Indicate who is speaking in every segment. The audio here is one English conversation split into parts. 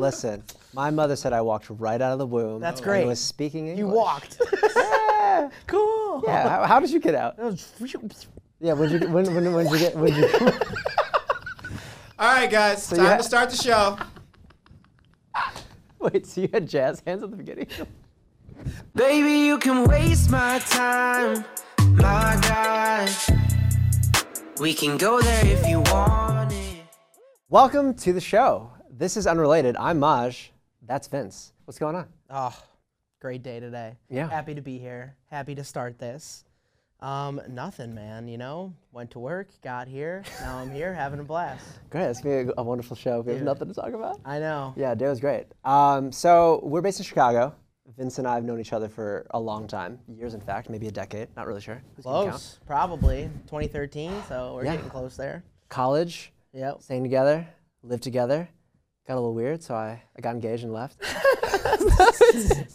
Speaker 1: Listen, my mother said I walked right out of the womb.
Speaker 2: That's
Speaker 1: And
Speaker 2: great.
Speaker 1: was speaking English.
Speaker 2: You walked.
Speaker 1: Yeah.
Speaker 2: cool.
Speaker 1: yeah. How, how did you get out?
Speaker 2: That was-
Speaker 1: Yeah. When did you when when when did you get when did you?
Speaker 3: All right, guys,
Speaker 1: you
Speaker 3: time
Speaker 1: ha-
Speaker 3: to start the show.
Speaker 1: Wait. So you had jazz hands at the beginning.
Speaker 4: Baby, you can waste my time, my God. We can go there if you want it.
Speaker 1: Welcome to the show. This is unrelated. I'm Maj. That's Vince. What's going on?
Speaker 2: Oh, great day today.
Speaker 1: Yeah.
Speaker 2: Happy to be here. Happy to start this. Um, nothing, man. You know, went to work, got here. Now I'm here, having a blast.
Speaker 1: Great. It's gonna be a wonderful show. We have nothing to talk about.
Speaker 2: I know.
Speaker 1: Yeah, day was great. Um, so we're based in Chicago. Vince and I have known each other for a long time, years in fact, maybe a decade. Not really sure. Who's gonna count?
Speaker 2: Close, probably 2013. So we're
Speaker 1: Yeah.
Speaker 2: getting close there.
Speaker 1: College,
Speaker 2: Yep.
Speaker 1: staying together, lived together. Got a little weird, so I, I got engaged and left.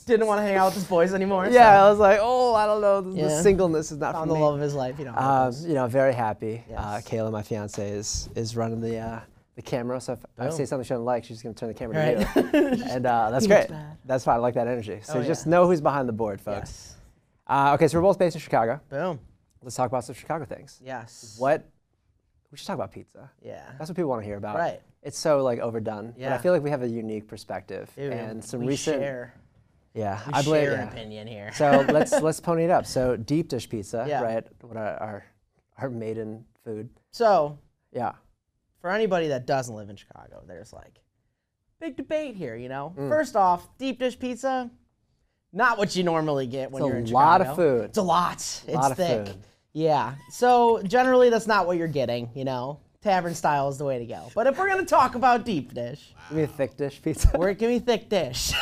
Speaker 2: Didn't want to hang out with his boys anymore.
Speaker 1: yeah, I was like, oh, I don't know. The,
Speaker 2: Yeah.
Speaker 1: singleness is not
Speaker 2: So
Speaker 1: for
Speaker 2: found
Speaker 1: me.
Speaker 2: the love of his life. You know. how it
Speaker 1: Um,
Speaker 2: goes.
Speaker 1: you know, very happy. Uh,
Speaker 2: Yes.
Speaker 1: Kayla, my fiance, is is running the uh, the camera. So if I say something she doesn't like, she's gonna turn the camera to you, and uh, that's
Speaker 2: looks
Speaker 1: great.
Speaker 2: bad.
Speaker 1: That's fine. I like that energy. So
Speaker 2: Oh,
Speaker 1: just
Speaker 2: yeah.
Speaker 1: know who's behind the board, folks.
Speaker 2: yes.
Speaker 1: Uh, okay, so we're both based in Chicago.
Speaker 2: Boom.
Speaker 1: Let's talk about some Chicago things.
Speaker 2: Yes.
Speaker 1: What we should talk about pizza.
Speaker 2: Yeah.
Speaker 1: That's what people want to hear about.
Speaker 2: Right.
Speaker 1: It's so like overdone. But I
Speaker 2: Yeah.
Speaker 1: feel like we have a unique perspective
Speaker 2: Dude,
Speaker 1: and some
Speaker 2: we
Speaker 1: recent.
Speaker 2: Share,
Speaker 1: Yeah,
Speaker 2: we
Speaker 1: I believe.
Speaker 2: share an
Speaker 1: yeah.
Speaker 2: opinion here.
Speaker 1: so let's let's pony it up. So deep dish pizza,
Speaker 2: Yeah.
Speaker 1: right? What our, our our maiden food.
Speaker 2: so
Speaker 1: Yeah.
Speaker 2: for anybody that doesn't live in Chicago, there's like big debate here, you know.
Speaker 1: Mm.
Speaker 2: First off, deep dish pizza, not what you normally get when
Speaker 1: It's a
Speaker 2: you're in
Speaker 1: lot
Speaker 2: Chicago.
Speaker 1: of food.
Speaker 2: It's a lot. It's
Speaker 1: lot of
Speaker 2: thick.
Speaker 1: food.
Speaker 2: Yeah. So generally that's not what you're getting, you know. Tavern style is the way to go. But if we're gonna talk about deep dish,
Speaker 1: Give me a thick dish pizza.
Speaker 2: we're give me thick dish.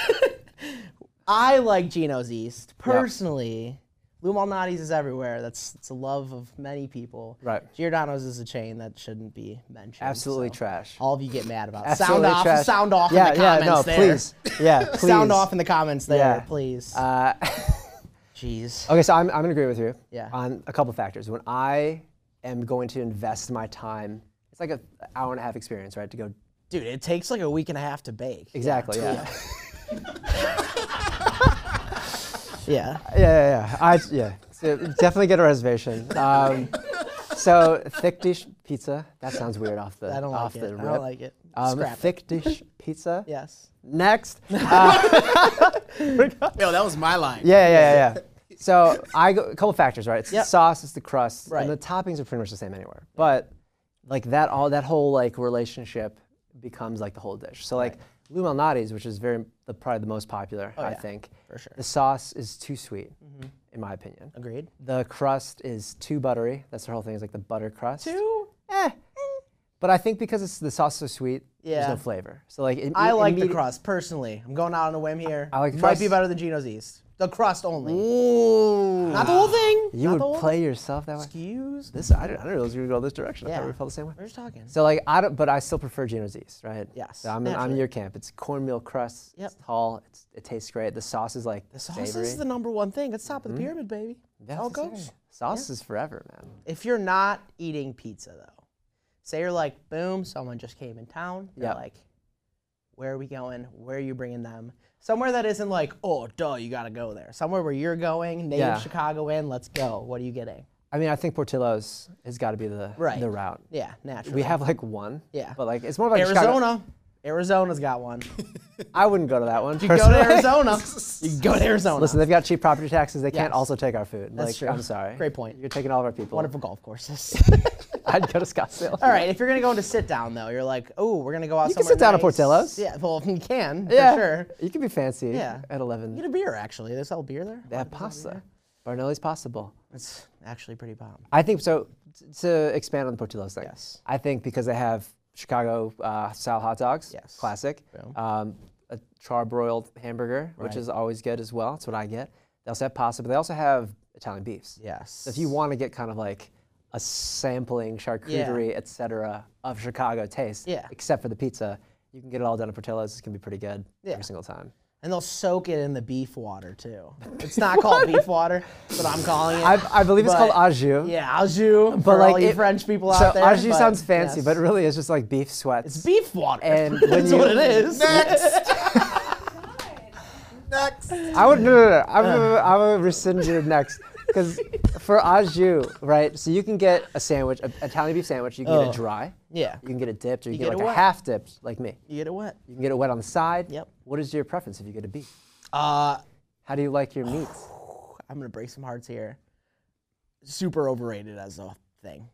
Speaker 2: I like Gino's East. Personally, Lou Malnati's is everywhere. That's it's a love of many people.
Speaker 1: Right.
Speaker 2: Giordano's is a chain that shouldn't be mentioned.
Speaker 1: Absolutely
Speaker 2: so
Speaker 1: trash.
Speaker 2: all of you get mad about.
Speaker 1: Absolutely
Speaker 2: sound off,
Speaker 1: trash.
Speaker 2: sound off
Speaker 1: yeah,
Speaker 2: in the comments
Speaker 1: yeah, no,
Speaker 2: there.
Speaker 1: Please. Yeah, please.
Speaker 2: Sound off in the comments there,
Speaker 1: Yeah.
Speaker 2: please.
Speaker 1: Uh,
Speaker 2: Jeez.
Speaker 1: Okay, so I'm, I'm gonna agree with you
Speaker 2: Yeah.
Speaker 1: on a couple factors. When I am going to invest my time, it's like an hour and a half experience, right? To go
Speaker 2: Dude, it takes like a week and a half to bake.
Speaker 1: exactly, yeah, yeah,
Speaker 2: Yeah.
Speaker 1: yeah, yeah. yeah. I yeah, so definitely get a reservation. Um, so thick dish pizza. That sounds weird off the
Speaker 2: I don't
Speaker 1: off
Speaker 2: like it.
Speaker 1: the
Speaker 2: I
Speaker 1: rip.
Speaker 2: don't like it.
Speaker 1: Um,
Speaker 2: Scrap it.
Speaker 1: thick dish pizza.
Speaker 2: Yes.
Speaker 1: Next. Uh,
Speaker 2: Oh,
Speaker 3: Yo, that was my line.
Speaker 1: yeah, yeah, yeah, yeah. So I go, a couple factors, right? It's
Speaker 2: Yep.
Speaker 1: the sauce, it's the crust,
Speaker 2: Right.
Speaker 1: and the toppings are pretty much the same anywhere. But like that all that whole like relationship becomes like the whole dish. So like Lou Malnati's, which is very the, probably the most popular, I
Speaker 2: Oh, yeah,
Speaker 1: think.
Speaker 2: for sure. Mm-hmm.
Speaker 1: The sauce is too sweet, in my opinion.
Speaker 2: Agreed.
Speaker 1: The crust is too buttery. That's the whole thing. Is like the butter crust.
Speaker 2: Two.
Speaker 1: Eh. But I think because it's the sauce is so sweet, there's
Speaker 2: Yeah.
Speaker 1: no flavor. So like it,
Speaker 2: I
Speaker 1: it-
Speaker 2: like the
Speaker 1: immedi-
Speaker 2: crust personally. I'm going out on a whim here.
Speaker 1: I like the
Speaker 2: Might
Speaker 1: crust.
Speaker 2: be better than Gino's East. The crust only.
Speaker 1: Ooh.
Speaker 2: Not the whole thing.
Speaker 1: You
Speaker 2: Not
Speaker 1: would
Speaker 2: the whole
Speaker 1: play yourself that way.
Speaker 2: Excuse.
Speaker 1: This I didn't, I didn't realize you were going this direction. I thought
Speaker 2: Yeah.
Speaker 1: we felt the same way.
Speaker 2: We're just talking.
Speaker 1: So like I don't, but I still prefer Gino's East, right?
Speaker 2: Yes,
Speaker 1: So I'm in, I'm in
Speaker 2: naturally.
Speaker 1: your camp. It's cornmeal crust. It's
Speaker 2: Yep.
Speaker 1: tall. It's, it tastes great. The sauce is like
Speaker 2: the sauce
Speaker 1: savory.
Speaker 2: is the number one thing. It's top of the pyramid, baby.
Speaker 1: Yeah,
Speaker 2: That's how it
Speaker 1: it's Hmm? the
Speaker 2: goes.
Speaker 1: same. Sauce is forever, man.
Speaker 2: if you're not eating pizza though, say you're like, boom, someone just came in town. You're
Speaker 1: Yeah.
Speaker 2: like, where are we going? Where are you bringing them? Somewhere that isn't like, oh, duh, you gotta go there. Somewhere where you're going, native
Speaker 1: Yeah.
Speaker 2: Chicagoan, let's go. What are you getting?
Speaker 1: I mean, I think Portillo's has got to be the
Speaker 2: Right.
Speaker 1: the route.
Speaker 2: Yeah, naturally.
Speaker 1: We have like one.
Speaker 2: Yeah.
Speaker 1: But like it's more of like a Chicago-
Speaker 2: Arizona. Arizona's got one.
Speaker 1: I wouldn't go to that one.
Speaker 2: You go to
Speaker 1: personally.
Speaker 2: Arizona. You go to Arizona.
Speaker 1: Listen, they've got cheap property taxes. They can't
Speaker 2: Yes.
Speaker 1: also take our food.
Speaker 2: That's
Speaker 1: like,
Speaker 2: true.
Speaker 1: I'm sorry.
Speaker 2: Great point.
Speaker 1: You're taking all of our people.
Speaker 2: Wonderful golf courses.
Speaker 1: I'd go to Scottsdale.
Speaker 2: All right, if you're gonna go into sit down though, you're like, oh, we're gonna go out.
Speaker 1: You can
Speaker 2: somewhere
Speaker 1: sit down at
Speaker 2: nice."
Speaker 1: Portillo's.
Speaker 2: Yeah, well, you can
Speaker 1: Yeah.
Speaker 2: for sure.
Speaker 1: You can be fancy.
Speaker 2: Yeah.
Speaker 1: At 11.
Speaker 2: Get a beer actually. They sell beer there.
Speaker 1: They have pasta. Barnelli's possible.
Speaker 2: It's actually pretty bomb.
Speaker 1: I think so. t- To expand on the Portillo's thing,
Speaker 2: Yes.
Speaker 1: I think because they have Chicago uh, style hot dogs,
Speaker 2: Yes.
Speaker 1: classic, um, a charbroiled hamburger, which
Speaker 2: Right.
Speaker 1: is always good as well. That's what I get. They also have pasta, but they also have Italian beefs.
Speaker 2: Yes.
Speaker 1: So if you want to get kind of like a sampling charcuterie, et etc., of Chicago taste,
Speaker 2: Yeah.
Speaker 1: except for the pizza, you can get it all done at Portillo's. It's gonna be pretty good
Speaker 2: Yeah.
Speaker 1: every single time.
Speaker 2: and they'll soak it in the beef water too. It's not called beef water, but I'm calling it.
Speaker 1: I, I believe it's called au
Speaker 2: But-
Speaker 1: jus.
Speaker 2: yeah, au jus.
Speaker 1: But like
Speaker 2: all you
Speaker 1: it-
Speaker 2: French people
Speaker 1: so
Speaker 2: out there.
Speaker 1: au jus
Speaker 2: but
Speaker 1: sounds fancy,
Speaker 2: yes.
Speaker 1: but really it's just like beef sweats.
Speaker 2: it's beef water.
Speaker 1: And when
Speaker 2: That's
Speaker 1: you,
Speaker 2: what it is.
Speaker 3: Next. Next.
Speaker 1: I would no no no. I would, I would rescind your next because for au jus, right? So you can get a sandwich, an Italian beef sandwich. You can get
Speaker 2: Oh.
Speaker 1: it dry.
Speaker 2: Yeah,
Speaker 1: You can get it dipped, or you,
Speaker 2: You
Speaker 1: can
Speaker 2: get
Speaker 1: get,
Speaker 2: it
Speaker 1: like a
Speaker 2: wet.
Speaker 1: half dipped, like me.
Speaker 2: you get it wet.
Speaker 1: You can get it wet on the side.
Speaker 2: Yep.
Speaker 1: What is your preference if you get a beef?
Speaker 2: Uh,
Speaker 1: How do you like your meats?
Speaker 2: I'm gonna break some hearts here. Super overrated as a thing.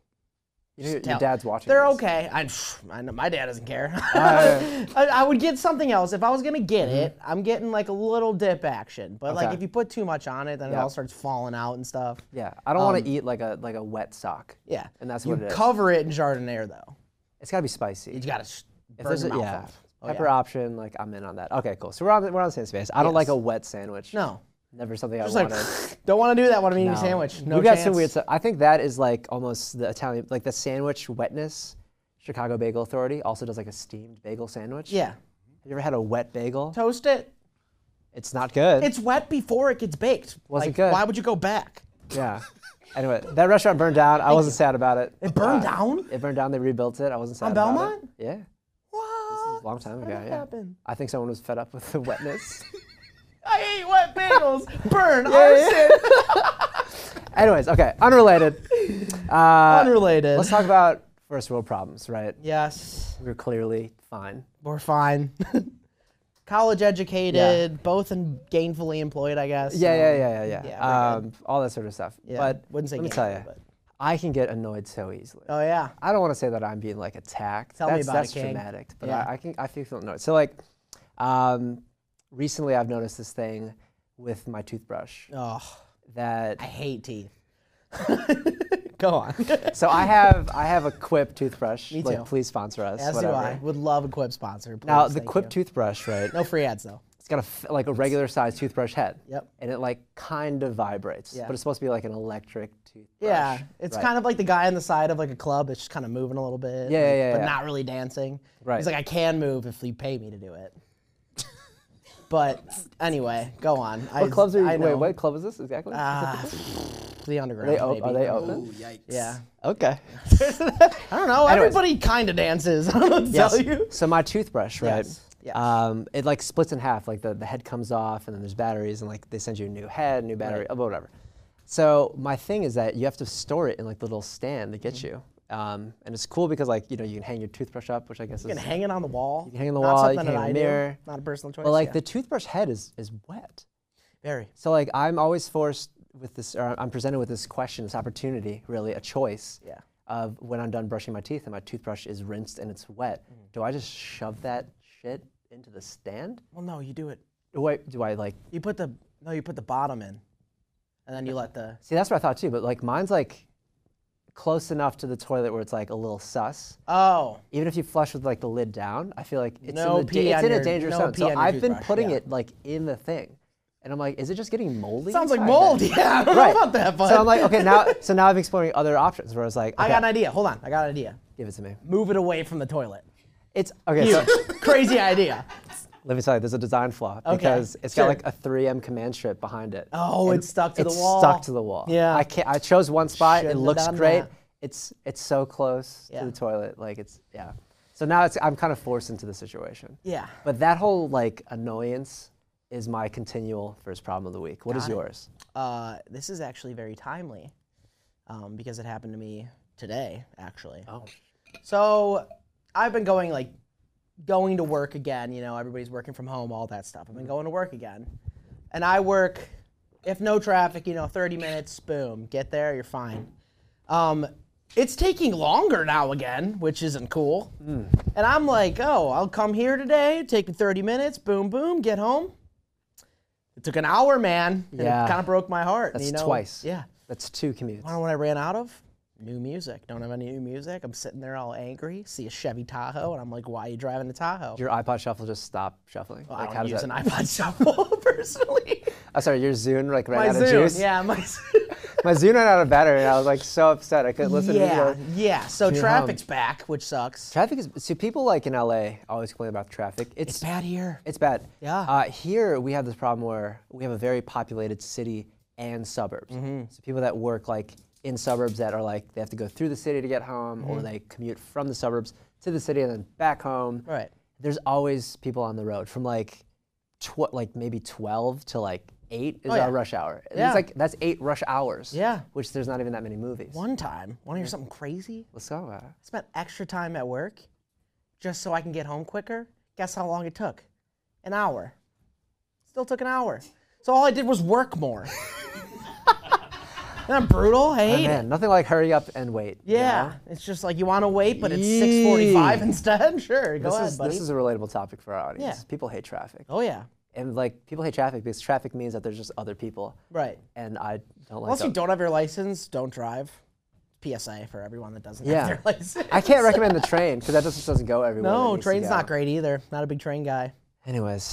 Speaker 1: You know, your, your
Speaker 2: tell-
Speaker 1: dad's watching.
Speaker 2: They're
Speaker 1: this.
Speaker 2: okay. I, I know my dad doesn't care.
Speaker 1: Uh,
Speaker 2: I, I would get something else if I was gonna get it. I'm getting like a little dip action, but like
Speaker 1: Mm-hmm. Okay.
Speaker 2: if you put too much on it, then it all
Speaker 1: Yep.
Speaker 2: starts falling out and stuff.
Speaker 1: Yeah, I don't want to eat like a like a wet sock.
Speaker 2: Um, Yeah,
Speaker 1: And that's
Speaker 2: you
Speaker 1: what it is.
Speaker 2: cover it in jardiniere though.
Speaker 1: It's gotta be spicy.
Speaker 2: You gotta sh-
Speaker 1: If
Speaker 2: burn
Speaker 1: there's
Speaker 2: your
Speaker 1: a-
Speaker 2: mouth
Speaker 1: yeah,
Speaker 2: off. Oh,
Speaker 1: pepper
Speaker 2: yeah.
Speaker 1: option, like I'm in on that. Okay, cool. So we're on the, we're on the same space. I don't like a wet sandwich.
Speaker 2: No,
Speaker 1: never something
Speaker 2: just
Speaker 1: I
Speaker 2: like
Speaker 1: wanted.
Speaker 2: don't want to do that when I'm eating a
Speaker 1: No.
Speaker 2: sandwich. No
Speaker 1: We've
Speaker 2: chance.
Speaker 1: got some weird stuff. I think that is like almost the Italian, like the sandwich wetness. Chicago Bagel Authority also does like a steamed bagel sandwich.
Speaker 2: Yeah,
Speaker 1: Have you ever had a wet bagel?
Speaker 2: toast it.
Speaker 1: It's not good.
Speaker 2: It's wet before it gets baked.
Speaker 1: Wasn't
Speaker 2: like,
Speaker 1: good.
Speaker 2: Why would you go back?
Speaker 1: yeah. anyway, that restaurant burned down. I wasn't sad about it. Uh,
Speaker 2: It burned down.
Speaker 1: It burned down. They rebuilt it. I wasn't sad
Speaker 2: On
Speaker 1: about
Speaker 2: Belmont?
Speaker 1: it. Yeah.
Speaker 2: What?
Speaker 1: A long time ago.
Speaker 2: did that
Speaker 1: yeah.
Speaker 2: happen?
Speaker 1: I think someone was fed up with the wetness.
Speaker 2: I hate wet bagels. Burn.
Speaker 1: yeah. Anyways, okay, unrelated. Uh,
Speaker 2: Unrelated.
Speaker 1: Let's talk about first world problems, right?
Speaker 2: Yes,
Speaker 1: We're clearly fine.
Speaker 2: we're fine. College educated, both and gainfully employed, I guess.
Speaker 1: Yeah,
Speaker 2: so-
Speaker 1: yeah, yeah, yeah, yeah.
Speaker 2: Yeah, we're
Speaker 1: um, all that sort of stuff.
Speaker 2: Yeah,
Speaker 1: But
Speaker 2: wouldn't say
Speaker 1: let me
Speaker 2: gainfully,
Speaker 1: tell you,
Speaker 2: but-
Speaker 1: I can get annoyed so easily.
Speaker 2: Oh yeah.
Speaker 1: I don't want to say that I'm being like attacked.
Speaker 2: Tell me
Speaker 1: that's,
Speaker 2: about it,
Speaker 1: that's
Speaker 2: King.
Speaker 1: dramatic, but
Speaker 2: Yeah.
Speaker 1: I, I can I feel feel annoyed. So like, um, recently I've noticed this thing with my toothbrush
Speaker 2: Oh,
Speaker 1: that
Speaker 2: I hate teeth. go on.
Speaker 1: so I have I have a Quip toothbrush.
Speaker 2: Me
Speaker 1: like,
Speaker 2: too.
Speaker 1: please sponsor us.
Speaker 2: As
Speaker 1: whatever.
Speaker 2: do I. Would love a Quip sponsor. Please,
Speaker 1: Now the
Speaker 2: thank
Speaker 1: Quip
Speaker 2: you.
Speaker 1: toothbrush, right?
Speaker 2: No free ads though.
Speaker 1: It's got a f- like a regular sized toothbrush head.
Speaker 2: Yep.
Speaker 1: And it like kind of vibrates,
Speaker 2: Yeah.
Speaker 1: but it's supposed to be like an electric toothbrush.
Speaker 2: Yeah, it's
Speaker 1: right.
Speaker 2: kind of like the guy on the side of like a club that's just kind of moving a little bit.
Speaker 1: Yeah,
Speaker 2: like,
Speaker 1: yeah, yeah,
Speaker 2: But
Speaker 1: yeah.
Speaker 2: not really dancing.
Speaker 1: Right.
Speaker 2: He's like, I can move if you pay me to do it. but anyway, go on. I,
Speaker 1: What clubs are you?
Speaker 2: I
Speaker 1: Wait,
Speaker 2: know.
Speaker 1: what club is this exactly?
Speaker 2: Ah, the underground.
Speaker 1: Are they, op- are
Speaker 2: baby.
Speaker 1: they
Speaker 3: Ooh,
Speaker 1: open?
Speaker 3: yikes.
Speaker 2: Yeah.
Speaker 1: Okay.
Speaker 2: I don't know.
Speaker 1: Anyways.
Speaker 2: Everybody kind of dances. I don't know what to tell you.
Speaker 1: So my toothbrush, right?
Speaker 2: Yes, yes.
Speaker 1: Um, it like splits in half. Like the, the head comes off, and then there's batteries, and like they send you a new head, new battery, oh, whatever. So my thing is that you have to store it in like the little stand that gets you. Um, and it's cool because like you know you can hang your toothbrush up, which I guess
Speaker 2: You
Speaker 1: is
Speaker 2: can hang it on the wall. You
Speaker 1: can hang it on the
Speaker 2: Not
Speaker 1: wall, you
Speaker 2: something
Speaker 1: can hang it
Speaker 2: that I
Speaker 1: in the
Speaker 2: do.
Speaker 1: mirror.
Speaker 2: Not a personal choice.
Speaker 1: But like
Speaker 2: yeah.
Speaker 1: the toothbrush head is is wet.
Speaker 2: very.
Speaker 1: So like I'm always forced with this, or I'm presented with this question, this opportunity, really a choice
Speaker 2: Yeah.
Speaker 1: of when I'm done brushing my teeth and my toothbrush is rinsed and it's wet.
Speaker 2: Mm.
Speaker 1: Do I just shove that shit into the stand?
Speaker 2: Well, no, you do it.
Speaker 1: Do I, do I like?
Speaker 2: You put the no, you put the bottom in, and then you let the
Speaker 1: See, that's what I thought too. But like mine's like close enough to the toilet where it's like a little sus.
Speaker 2: oh.
Speaker 1: Even if you flush with like the lid down, I feel like it's
Speaker 2: No
Speaker 1: in, the
Speaker 2: pee
Speaker 1: da- it's
Speaker 2: on
Speaker 1: in
Speaker 2: your-
Speaker 1: a dangerous
Speaker 2: no
Speaker 1: zone.
Speaker 2: pee
Speaker 1: So
Speaker 2: on your
Speaker 1: I've been
Speaker 2: toothbrush,
Speaker 1: putting
Speaker 2: yeah.
Speaker 1: it like in the thing, and I'm like, is it just getting moldy?
Speaker 2: Sounds like
Speaker 1: inside then?
Speaker 2: mold. Yeah, I don't
Speaker 1: Right.
Speaker 2: know about that, but
Speaker 1: So I'm like, okay, now. So now I'm exploring other options where I was like,
Speaker 2: I
Speaker 1: okay,
Speaker 2: got an idea. Hold on, I got an idea.
Speaker 1: give it to me.
Speaker 2: Move it away from the toilet.
Speaker 1: It's okay.
Speaker 2: You
Speaker 1: So
Speaker 2: crazy idea.
Speaker 1: let me tell you, there's a design flaw
Speaker 2: Okay,
Speaker 1: because it's
Speaker 2: sure.
Speaker 1: got like a 3M command strip behind it.
Speaker 2: Oh,
Speaker 1: And
Speaker 2: it's stuck to the
Speaker 1: it's
Speaker 2: wall.
Speaker 1: Stuck to the wall.
Speaker 2: Yeah.
Speaker 1: I can't. I chose one spot.
Speaker 2: Shouldn't
Speaker 1: it
Speaker 2: have
Speaker 1: looks
Speaker 2: done
Speaker 1: great.
Speaker 2: that.
Speaker 1: It's it's so close
Speaker 2: Yeah.
Speaker 1: to the toilet. Like it's yeah. So now it's I'm kind of forced into the situation.
Speaker 2: Yeah.
Speaker 1: But that whole like annoyance is my continual first problem of the week. What is yours?
Speaker 2: Uh, this is actually very timely um, because it happened to me today, actually.
Speaker 1: Oh.
Speaker 2: So I've been going like going to work again. You know, everybody's working from home, all that stuff. I've
Speaker 1: Mm-hmm.
Speaker 2: been going to work again, and I work if no traffic. You know, 30 minutes, boom, get there, you're fine. Um, it's taking longer now again, which isn't cool.
Speaker 1: Mm.
Speaker 2: And I'm like, oh, I'll come here today, take me 30 minutes, boom, boom, get home. It took an hour, man. and
Speaker 1: Yeah.
Speaker 2: it kind of broke my heart.
Speaker 1: That's
Speaker 2: you know?
Speaker 1: twice.
Speaker 2: Yeah.
Speaker 1: That's two commutes.
Speaker 2: You know what I ran out of? New music. Don't have any new music. I'm sitting there all angry. See a Chevy Tahoe, and I'm like, why are you driving a Tahoe?
Speaker 1: Your iPod shuffle just stop shuffling. how
Speaker 2: I don't
Speaker 1: does
Speaker 2: use
Speaker 1: that-
Speaker 2: an iPod shuffle personally.
Speaker 1: Oh, sorry, your Zune like ran
Speaker 2: My
Speaker 1: out of
Speaker 2: Zune,
Speaker 1: juice.
Speaker 2: yeah, my
Speaker 1: my Zoom ran out of battery, and I was like so upset. I couldn't listen to
Speaker 2: yeah,
Speaker 1: it.
Speaker 2: yeah. So
Speaker 1: your
Speaker 2: traffic's back, which sucks.
Speaker 1: Traffic is see people like in LA always complain about traffic. It's,
Speaker 2: It's bad here.
Speaker 1: It's bad.
Speaker 2: Yeah.
Speaker 1: Uh, here we have this problem where we have a very populated city and suburbs.
Speaker 2: Mm-hmm.
Speaker 1: So people that work like in suburbs that are like they have to go through the city to get home,
Speaker 2: Mm-hmm.
Speaker 1: or they commute from the suburbs to the city and then back home.
Speaker 2: Right.
Speaker 1: There's always people on the road from like, tw- like maybe 12 to like eight is
Speaker 2: Oh, yeah.
Speaker 1: our rush hour. And
Speaker 2: Yeah.
Speaker 1: It's like that's eight rush hours.
Speaker 2: Yeah.
Speaker 1: Which there's not even that many movies.
Speaker 2: One time, want to hear something crazy?
Speaker 1: Let's uh, talk about it.
Speaker 2: I spent extra time at work just so I can get home quicker. Guess how long it took? An hour. Still took an hour. So all I did was work more. Isn't that brutal? I hate it.
Speaker 1: Man, nothing like hurry up and wait. you
Speaker 2: Yeah.
Speaker 1: know?
Speaker 2: It's just like you want to wait, but it's
Speaker 1: Yee.
Speaker 2: 645 instead. Sure, go
Speaker 1: This
Speaker 2: ahead,
Speaker 1: is
Speaker 2: buddy.
Speaker 1: this is a relatable topic for our audience.
Speaker 2: Yeah.
Speaker 1: People hate traffic.
Speaker 2: oh, yeah.
Speaker 1: and like people hate traffic because traffic means that there's just other people.
Speaker 2: Right.
Speaker 1: And I don't like.
Speaker 2: Unless you
Speaker 1: those.
Speaker 2: don't have your license, don't drive. PSA for everyone that doesn't
Speaker 1: Yeah.
Speaker 2: have their license.
Speaker 1: I can't recommend the train because that just doesn't go everywhere. that
Speaker 2: no,
Speaker 1: needs to
Speaker 2: train's
Speaker 1: go.
Speaker 2: not great either. Not a big train guy.
Speaker 1: Anyways,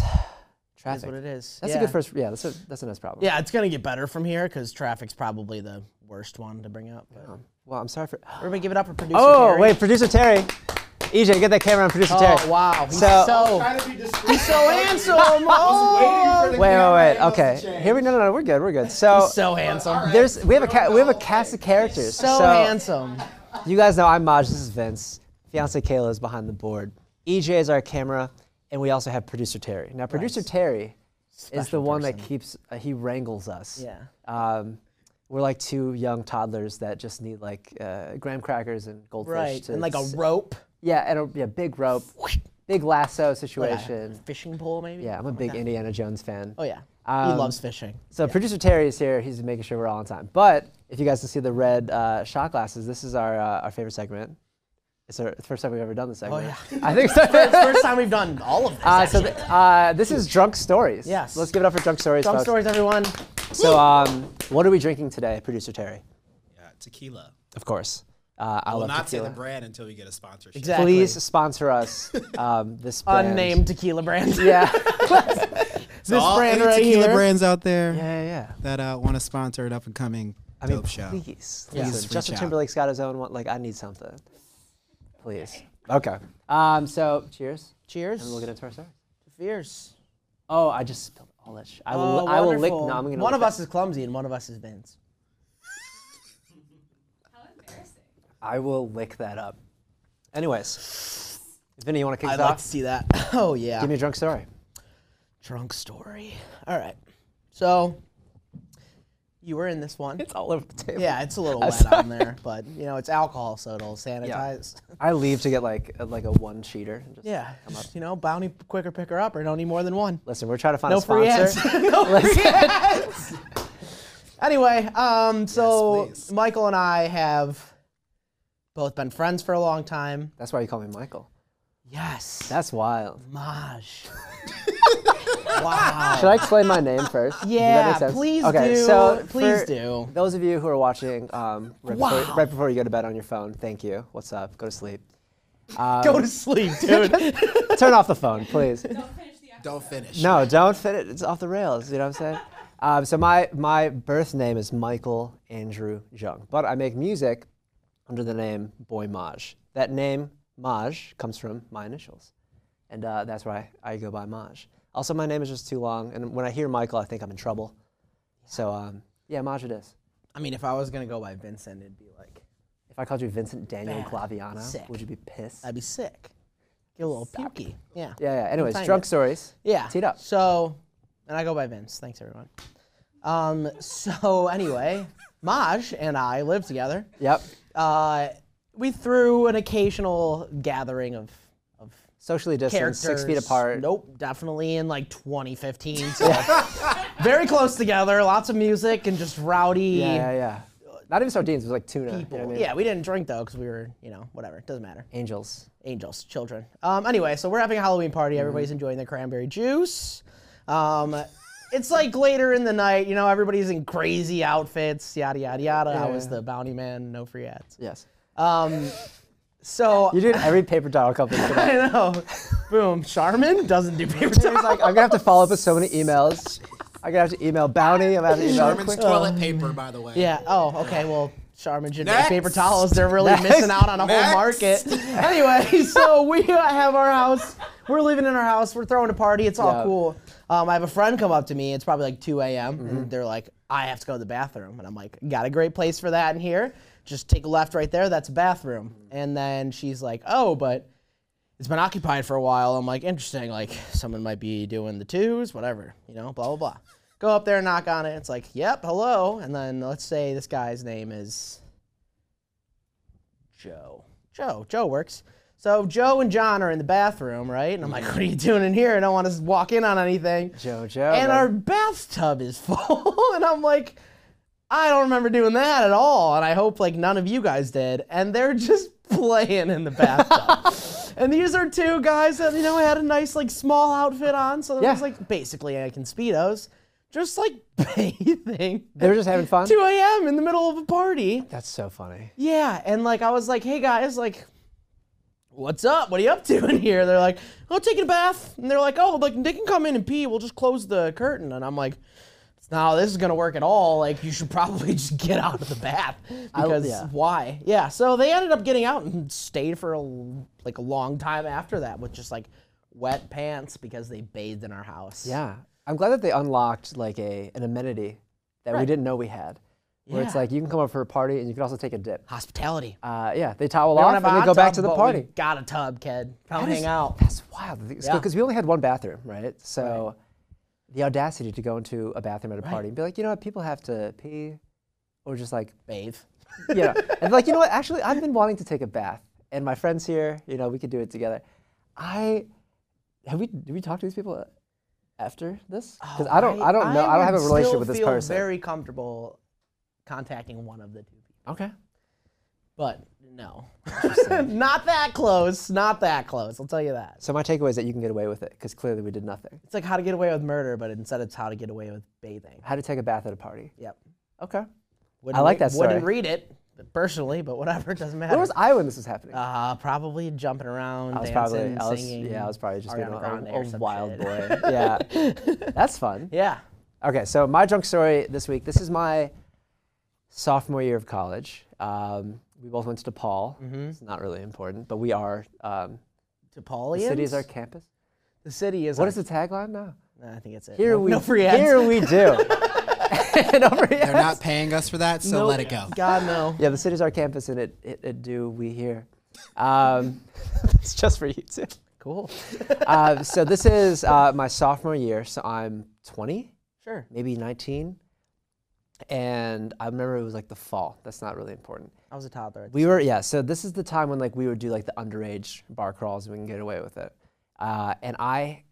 Speaker 1: traffic.
Speaker 2: That's what it is.
Speaker 1: That's a
Speaker 2: Yeah.
Speaker 1: good first. Yeah, that's a that's a nice problem.
Speaker 2: Yeah, it's gonna get better from here because traffic's probably the worst one to bring up. But
Speaker 1: Well, I'm sorry for.
Speaker 2: everybody, give it up for producer.
Speaker 1: Oh
Speaker 2: Terry.
Speaker 1: wait, producer Terry, EJ, get that camera on producer Terry.
Speaker 2: Oh wow, he's
Speaker 1: So-
Speaker 2: so,
Speaker 3: Trying to be discreet.
Speaker 2: so handsome. Oh,
Speaker 3: Waiting for the
Speaker 1: Wait,
Speaker 3: camera
Speaker 1: wait, wait.
Speaker 3: angles to
Speaker 1: Okay,
Speaker 3: change.
Speaker 1: here we no no no we're good we're good. So
Speaker 2: so handsome.
Speaker 3: All right.
Speaker 1: there's we have a ca- we have a
Speaker 3: Okay.
Speaker 1: cast of characters.
Speaker 2: So, handsome.
Speaker 1: You guys know I'm Maj. This is Vince. Fiance Kayla is behind the board. EJ is our camera, and we also have producer Terry. Now, producer Terry is the
Speaker 2: Special
Speaker 1: one that
Speaker 2: person.
Speaker 1: keeps uh, he wrangles us.
Speaker 2: Yeah.
Speaker 1: Um, we're like two young toddlers that just need like uh, graham crackers and goldfish.
Speaker 2: Right,
Speaker 1: to
Speaker 2: and like a
Speaker 1: s-
Speaker 2: rope,
Speaker 1: yeah, and a yeah, big rope, big lasso
Speaker 2: like a
Speaker 1: situation.
Speaker 2: fishing pole maybe.
Speaker 1: yeah, I'm a big Indiana Jones fan.
Speaker 2: Oh yeah, he
Speaker 1: Um,
Speaker 2: loves fishing.
Speaker 1: So producer Terry is here. He's making sure we're all on time. But if you guys can see the red uh, shot glasses, this is our uh, our favorite segment. It's our it's the first time we've ever done this segment.
Speaker 2: Oh, yeah.
Speaker 1: I think so.
Speaker 2: It's the first time we've done all of this.
Speaker 1: Uh, so th- uh, this is drunk stories.
Speaker 2: Yes.
Speaker 1: Let's give it up for drunk stories.
Speaker 2: Dumb
Speaker 1: folks.
Speaker 2: stories, everyone.
Speaker 1: So um, what are we drinking today, producer Terry?
Speaker 3: Yeah, tequila.
Speaker 1: Of course. Uh, I
Speaker 3: I will
Speaker 1: love
Speaker 3: not say
Speaker 1: tequila.
Speaker 3: the brand until we get a sponsorship.
Speaker 2: Exactly.
Speaker 1: Please sponsor us. Um, this brand.
Speaker 2: Unnamed tequila brand.
Speaker 1: Yeah.
Speaker 3: So
Speaker 2: This
Speaker 3: all
Speaker 2: brand
Speaker 3: any
Speaker 2: right
Speaker 3: tequila
Speaker 2: here.
Speaker 3: brands out there
Speaker 1: Yeah, yeah, yeah.
Speaker 3: that uh, want to sponsor an up and coming
Speaker 1: I mean,
Speaker 3: dope show.
Speaker 1: please.
Speaker 2: Yeah.
Speaker 1: Listen,
Speaker 3: Please
Speaker 1: Justin
Speaker 3: reach out.
Speaker 1: Timberlake's got his own one. Like, I need something. Please. Okay. Um, so, cheers.
Speaker 2: Cheers.
Speaker 1: And we'll get into our stories.
Speaker 2: Fierce.
Speaker 1: Oh, I just spilled all that shit. I will,
Speaker 2: Oh,
Speaker 1: I will lick. No,
Speaker 2: wonderful.
Speaker 1: I'm gonna
Speaker 2: One
Speaker 1: lick
Speaker 2: of
Speaker 1: that.
Speaker 2: us is clumsy and one of us is Vince.
Speaker 5: How embarrassing.
Speaker 1: I will lick that up. Anyways, Vinny, you want to kick us
Speaker 2: I'd like
Speaker 1: off?
Speaker 2: to see that. Oh yeah.
Speaker 1: Give me a drunk story.
Speaker 2: drunk story. All right. So you were in this one.
Speaker 1: It's all over the table.
Speaker 2: yeah, it's a little wet on there, but you know it's alcohol, so it'll sanitize.
Speaker 1: I leave to get like a, like a one cheater. and just-
Speaker 2: Yeah, just, you know, bounty quicker picker up, or don't need more than one.
Speaker 1: Listen, we're trying to find
Speaker 2: No
Speaker 1: a
Speaker 2: free ads.
Speaker 1: sponsor.
Speaker 2: no free ads. Anyway, um, so
Speaker 3: please.
Speaker 2: Michael and I have both been friends for a long time.
Speaker 1: That's why you call me Michael.
Speaker 2: Yes,
Speaker 1: That's wild.
Speaker 2: Maj. wow.
Speaker 1: Should I explain my name first? Does that
Speaker 2: Yeah,
Speaker 1: make sense?
Speaker 2: please
Speaker 1: okay,
Speaker 2: do,
Speaker 1: So
Speaker 2: please
Speaker 1: for
Speaker 2: do.
Speaker 1: Those of you who are watching, um, right,
Speaker 2: Wow.
Speaker 1: before, right before you go to bed on your phone, thank you. What's up? Go to sleep. Um,
Speaker 2: Go to sleep, dude.
Speaker 1: Turn off the phone, please.
Speaker 5: Don't finish the episode.
Speaker 3: Don't finish.
Speaker 1: No, don't fit it. It's off the rails. You know what I'm saying? Um, so my my birth name is Michael Andrew Jung, but I make music under the name Boy Maj. That name Maj comes from my initials, and uh, that's why I go by Maj. Also, my name is just too long, and when I hear Michael, I think I'm in trouble. So um, yeah, Maj it is.
Speaker 2: I mean, if I was gonna go by Vincent, it'd be like
Speaker 1: If I called you Vincent Daniel
Speaker 2: Bad.
Speaker 1: Claviano,
Speaker 2: Sick.
Speaker 1: would you be pissed?
Speaker 2: I'd be sick. Get a little pukey. Yeah.
Speaker 1: yeah, yeah. Anyways,
Speaker 2: find
Speaker 1: drunk
Speaker 2: it.
Speaker 1: stories.
Speaker 2: Yeah.
Speaker 1: Teed up.
Speaker 2: So, and I go by Vince. Thanks, everyone. Um, so anyway, Maj and I live together.
Speaker 1: Yep.
Speaker 2: Uh, we threw an occasional gathering of of
Speaker 1: Socially distanced,
Speaker 2: characters.
Speaker 1: six feet apart.
Speaker 2: Nope, definitely in like 2015. So very close together. Lots of music and just rowdy.
Speaker 1: Yeah, yeah, yeah. Not even sardines. It was like tuna. you know
Speaker 2: People.
Speaker 1: what I mean?
Speaker 2: Yeah, we didn't drink though because we were, you know, whatever. It doesn't matter.
Speaker 1: Angels.
Speaker 2: angels, children. Um, anyway, so we're having a Halloween party.
Speaker 1: Mm-hmm.
Speaker 2: Everybody's enjoying their cranberry juice. Um, it's like later in the night, you know, everybody's in crazy outfits, yada, yada, yada. I was
Speaker 1: Yeah.
Speaker 2: the bounty man, no free ads.
Speaker 1: Yes.
Speaker 2: Um, so,
Speaker 1: You did every paper towel company. Today.
Speaker 2: I know. Boom. Charmin doesn't do paper towels.
Speaker 1: It's like I'm gonna have to follow up with so many emails. I'm gonna have to email Bounty. I'm gonna have to email
Speaker 3: Sherman's
Speaker 1: Quick-
Speaker 3: toilet paper, by the way.
Speaker 2: Um, Yeah. Oh, okay. Well, Charmin generic
Speaker 3: Next.
Speaker 2: paper towels. They're really
Speaker 1: Next.
Speaker 2: missing out on a
Speaker 3: Next.
Speaker 2: whole market. anyway, so we have our house. We're living in our house. We're throwing a party. It's all
Speaker 1: Yeah.
Speaker 2: cool. Um, I have a friend come up to me. It's probably like 2 a.m. And they're like, I have to go to the bathroom. And I'm like, got a great place for that in here. Just take a left right there. That's a bathroom. And then she's like, oh, but it's been occupied for a while. I'm like, interesting. Like, someone might be doing the twos, whatever, you know, blah, blah, blah. Go up there, knock on it. It's like, yep, hello. And then let's say this guy's name is Joe. Joe. Joe works. So Joe and John are in the bathroom, right? And I'm like, what are you doing in here? I don't want to walk in on anything.
Speaker 1: JoJo.
Speaker 2: And
Speaker 1: man.
Speaker 2: our bathtub is full. and I'm like, I don't remember doing that at all. And I hope like none of you guys did. And they're just playing in the bathtub. and these are two guys that, you know, had a nice like small outfit on. So it
Speaker 1: Yeah.
Speaker 2: was like basically like in Speedos. Just like bathing.
Speaker 1: they were just having fun.
Speaker 2: 2 a.m. in the middle of a party.
Speaker 1: That's so funny.
Speaker 2: Yeah, and like I was like, hey guys, like, what's up? What are you up to in here? They're like, oh, taking a bath, and they're like, oh, like they can come in and pee. We'll just close the curtain, and I'm like, it's not how this is gonna work at all. Like, you should probably just get out of the bath because
Speaker 1: yeah.
Speaker 2: why? Yeah. So they ended up getting out and stayed for a, l- like a long time after that with just like wet pants because they bathed in our house.
Speaker 1: Yeah, I'm glad that they unlocked like a an amenity that we didn't know we had, where it's
Speaker 2: Yeah.
Speaker 1: like you can come over for a party and you can also take a dip.
Speaker 2: Hospitality.
Speaker 1: Uh, yeah, they towel
Speaker 2: We don't
Speaker 1: off
Speaker 2: have
Speaker 1: and
Speaker 2: a
Speaker 1: they
Speaker 2: hot
Speaker 1: go back
Speaker 2: tub,
Speaker 1: to the
Speaker 2: but we
Speaker 1: party.
Speaker 2: Got a tub, kid. Come
Speaker 1: That is-
Speaker 2: hang out.
Speaker 1: That's wild. Because
Speaker 2: Yeah.
Speaker 1: we only had one bathroom, right? So the audacity to go into a bathroom at a party and be like, you know what, people have to pee, or just like,
Speaker 2: Bathe.
Speaker 1: you know, and like, you know what, actually, I've been wanting to take a bath, and my friends here, you know, we could do it together. I have we did we talk to these people after this? Because I don't, I don't know, I don't have a
Speaker 2: would
Speaker 1: relationship
Speaker 2: Oh, still
Speaker 1: with this
Speaker 2: feel
Speaker 1: person.
Speaker 2: Very comfortable contacting one of the two people,
Speaker 1: okay.
Speaker 2: but no, not that close. Not that close. I'll tell you that.
Speaker 1: So my takeaway is that you can get away with it because clearly we did nothing.
Speaker 2: It's like how to get away with murder, but instead it's how to get away with bathing.
Speaker 1: How to take a bath at a party.
Speaker 2: Yep.
Speaker 1: Okay.
Speaker 2: Wouldn't
Speaker 1: like
Speaker 2: re-
Speaker 1: that
Speaker 2: Wouldn't
Speaker 1: story.
Speaker 2: read it personally, but whatever. It doesn't matter.
Speaker 1: Where was I when this was happening?
Speaker 2: uh, probably jumping around,
Speaker 1: I was probably,
Speaker 2: dancing,
Speaker 1: I was,
Speaker 2: singing.
Speaker 1: yeah, I was probably just being
Speaker 2: Ariana
Speaker 1: a,
Speaker 2: Grande
Speaker 1: a-
Speaker 2: or
Speaker 1: a
Speaker 2: some
Speaker 1: wild
Speaker 2: shit.
Speaker 1: boy. yeah, that's fun.
Speaker 2: yeah.
Speaker 1: Okay, so my drunk story this week. This is my sophomore year of college. Um, we both went to DePaul. It's not really important, but we are. Um,
Speaker 2: To
Speaker 1: the
Speaker 2: Paulians?
Speaker 1: city is our campus.
Speaker 2: The city is.
Speaker 1: What
Speaker 2: our-
Speaker 1: is the tagline now?
Speaker 2: Nah, I think it's it.
Speaker 1: Here
Speaker 2: no,
Speaker 1: we
Speaker 2: no free ads.
Speaker 1: here we do. And over
Speaker 3: They're
Speaker 1: here-
Speaker 3: not paying us for that, so let it go.
Speaker 2: God no.
Speaker 1: Yeah, the city's our campus, and it, it, it do we here. Um, it's just for you too.
Speaker 2: Cool.
Speaker 1: Uh, so this is uh, my sophomore year, so I'm 20.
Speaker 2: Sure.
Speaker 1: maybe 19. And I remember it was like the fall. That's not really important.
Speaker 2: I was a toddler. at
Speaker 1: We were, yeah, so this is the time when like we would do like the underage bar crawls and we can get away with it. Uh, and I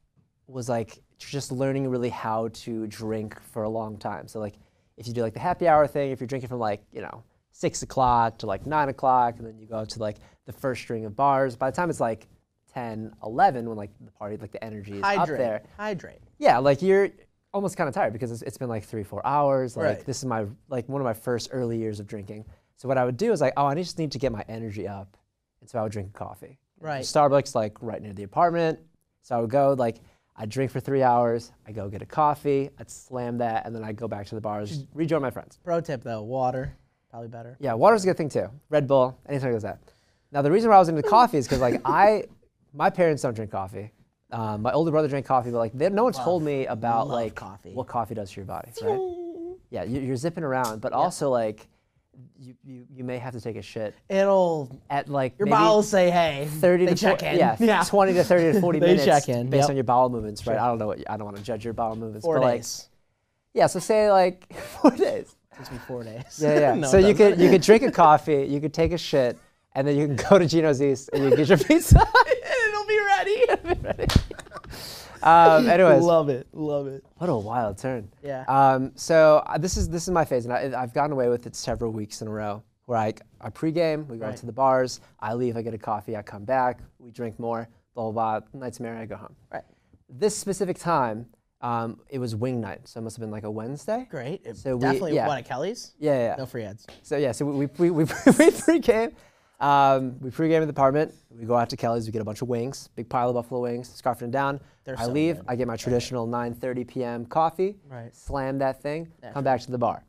Speaker 1: was like just learning really how to drink for a long time. So like if you do like the happy hour thing, if you're drinking from like, you know, six o'clock to like nine o'clock, and then you go to like the first string of bars, by the time it's like 10, 11, when like the party, like the energy is up
Speaker 2: Hydrate.
Speaker 1: there.
Speaker 2: Hydrate.
Speaker 1: Yeah, like you're almost kind of tired because it's, it's been like three, four hours. Like
Speaker 2: Right.
Speaker 1: this is my like one of my first early years of drinking. So what I would do is like, oh, I just need to get my energy up, and so I would drink coffee.
Speaker 2: Right.
Speaker 1: Starbucks like right near the apartment, so I would go like. I'd drink for three hours. I go get a coffee. I'd slam that, and then I'd go back to the bars, rejoin my friends.
Speaker 2: Pro tip though, water probably better.
Speaker 1: Yeah, water's a good thing too. Red Bull, anything like that. Now the reason why I was into coffee is because like I, my parents don't drink coffee. Um, my older brother drank coffee, but like they, no one told me about
Speaker 2: love
Speaker 1: like
Speaker 2: coffee.
Speaker 1: what coffee does to your body, right? yeah, you, you're zipping around, but also like you, you you may have to take a shit
Speaker 2: It'll
Speaker 1: at like
Speaker 2: your
Speaker 1: maybe
Speaker 2: bowels say hey.
Speaker 1: 30
Speaker 2: they
Speaker 1: to
Speaker 2: check
Speaker 1: 40,
Speaker 2: in.
Speaker 1: Yeah, 20 to 30 to 40
Speaker 2: They
Speaker 1: minutes
Speaker 2: check in,
Speaker 1: based
Speaker 2: yep.
Speaker 1: on your bowel movements, right? I don't know what I don't want to judge your bowel movements,
Speaker 2: four
Speaker 1: but like
Speaker 2: days.
Speaker 1: yeah, so say like 4 days.
Speaker 2: Takes me four days.
Speaker 1: Yeah, yeah.
Speaker 2: No,
Speaker 1: so
Speaker 2: it
Speaker 1: you
Speaker 2: doesn't.
Speaker 1: could you could drink a coffee, you could take a shit, and then you can go to Gino's East and you get your pizza.
Speaker 2: It'll be ready.
Speaker 1: um, anyways,
Speaker 2: love it. Love it.
Speaker 1: what a wild turn.
Speaker 2: Yeah.
Speaker 1: Um, so uh, this is this is my phase, and I, I've gotten away with it several weeks in a row. Where I I pregame, we go out
Speaker 2: Right.
Speaker 1: to the bars, I leave, I get a coffee, I come back, we drink more, blah blah blah. Night's merry, I go home.
Speaker 2: Right.
Speaker 1: This specific time, um, it was wing night, so it must have been like a Wednesday.
Speaker 2: Great. It
Speaker 1: So we-
Speaker 2: definitely
Speaker 1: yeah.
Speaker 2: one at Kelly's.
Speaker 1: Yeah, yeah. yeah.
Speaker 2: No free ads.
Speaker 1: So yeah, so we we we we, we pregame. Um, we pregame at the apartment. We go out to Kelly's. We get a bunch of wings, big pile of buffalo wings, scarfing them down.
Speaker 2: They're
Speaker 1: I
Speaker 2: so
Speaker 1: leave.
Speaker 2: good.
Speaker 1: I get my traditional 9:30 p.m. coffee.
Speaker 2: Right.
Speaker 1: Slam that thing. Come back to the bar.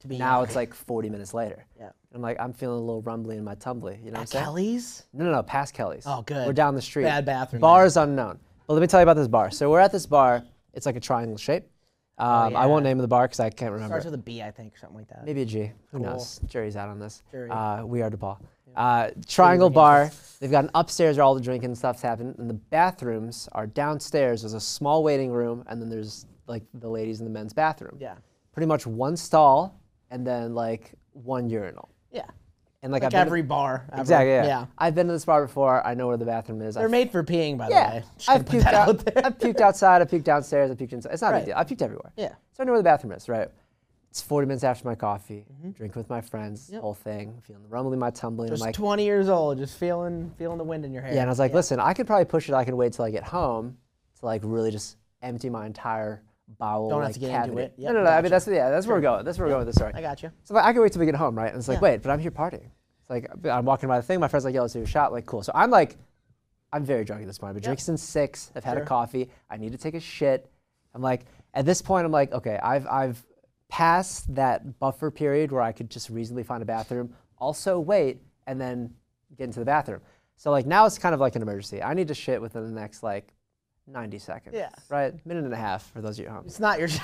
Speaker 2: To be
Speaker 1: Now it's like 40 minutes later.
Speaker 2: Yeah.
Speaker 1: I'm like, I'm feeling a little rumbly in my tumbly. You know what I'm saying?
Speaker 2: Kelly's.
Speaker 1: No, no, no, past Kelly's.
Speaker 2: Oh, good.
Speaker 1: We're down the street.
Speaker 2: Bad bathroom
Speaker 1: Bar is unknown. But let me tell you about this bar. So we're at this bar. It's like a triangle shape. Um, I won't
Speaker 2: Oh, yeah.
Speaker 1: name the bar because I can't remember.
Speaker 2: Starts with a B, I think, or something like that.
Speaker 1: Maybe a G. Who knows? Jury's out on this.
Speaker 2: Jury.
Speaker 1: Uh, we are DePaul. Uh, Triangle Bar. They've got an upstairs where all the drinking stuff's happened, and the bathrooms are downstairs. There's a small waiting room, and then there's like the ladies and the men's bathroom.
Speaker 2: Yeah.
Speaker 1: Pretty much one stall, and then like one urinal.
Speaker 2: Yeah.
Speaker 1: And like,
Speaker 2: Like
Speaker 1: I've been to-
Speaker 2: every bar. ever.
Speaker 1: exactly. Yeah.
Speaker 2: Yeah.
Speaker 1: I've been to this bar before. I know where the bathroom is.
Speaker 2: They're
Speaker 1: I've
Speaker 2: made for peeing, by the
Speaker 1: yeah,
Speaker 2: way. Just
Speaker 1: I've
Speaker 2: gonna put
Speaker 1: puked
Speaker 2: that
Speaker 1: out.
Speaker 2: out there.
Speaker 1: I've puked outside. I puked downstairs. I puked inside. It's not a
Speaker 2: Right.
Speaker 1: big deal. I puked everywhere.
Speaker 2: Yeah.
Speaker 1: So I know where the bathroom is. Right. It's 40 minutes after my coffee. Drinking with my friends. Whole thing. Feeling the rumbling, my tumbling.
Speaker 2: Mm-hmm. Just
Speaker 1: I'm like,
Speaker 2: 20 years old, just feeling feeling the wind in your hair.
Speaker 1: yeah. And I was like, listen, I could probably push it. I could wait till I get home to like really just empty my entire bowel.
Speaker 2: Don't have
Speaker 1: like,
Speaker 2: to get into
Speaker 1: cavity.
Speaker 2: it. Yep,
Speaker 1: no, no, no. I mean, that's yeah. That's where we're going. That's where we're going with this story.
Speaker 2: I got you.
Speaker 1: So like, I can wait till we get home, right? And it's like,
Speaker 2: Yeah.
Speaker 1: wait, but I'm here partying. It's like I'm walking by the thing. My friend's like, yo, let's do a shot. Like, cool. So I'm like, I'm very drunk at this point. I've been drinking since six. I've had a coffee. I need to take a shit. I'm like, at this point, I'm like, okay, I've I've passed that buffer period where I could just reasonably find a bathroom. Also wait and then get into the bathroom. So like now it's kind of like an emergency. I need to shit within the next like 90 seconds.
Speaker 2: Yeah.
Speaker 1: Right? Minute and a half for those of you at home.
Speaker 2: It's not your.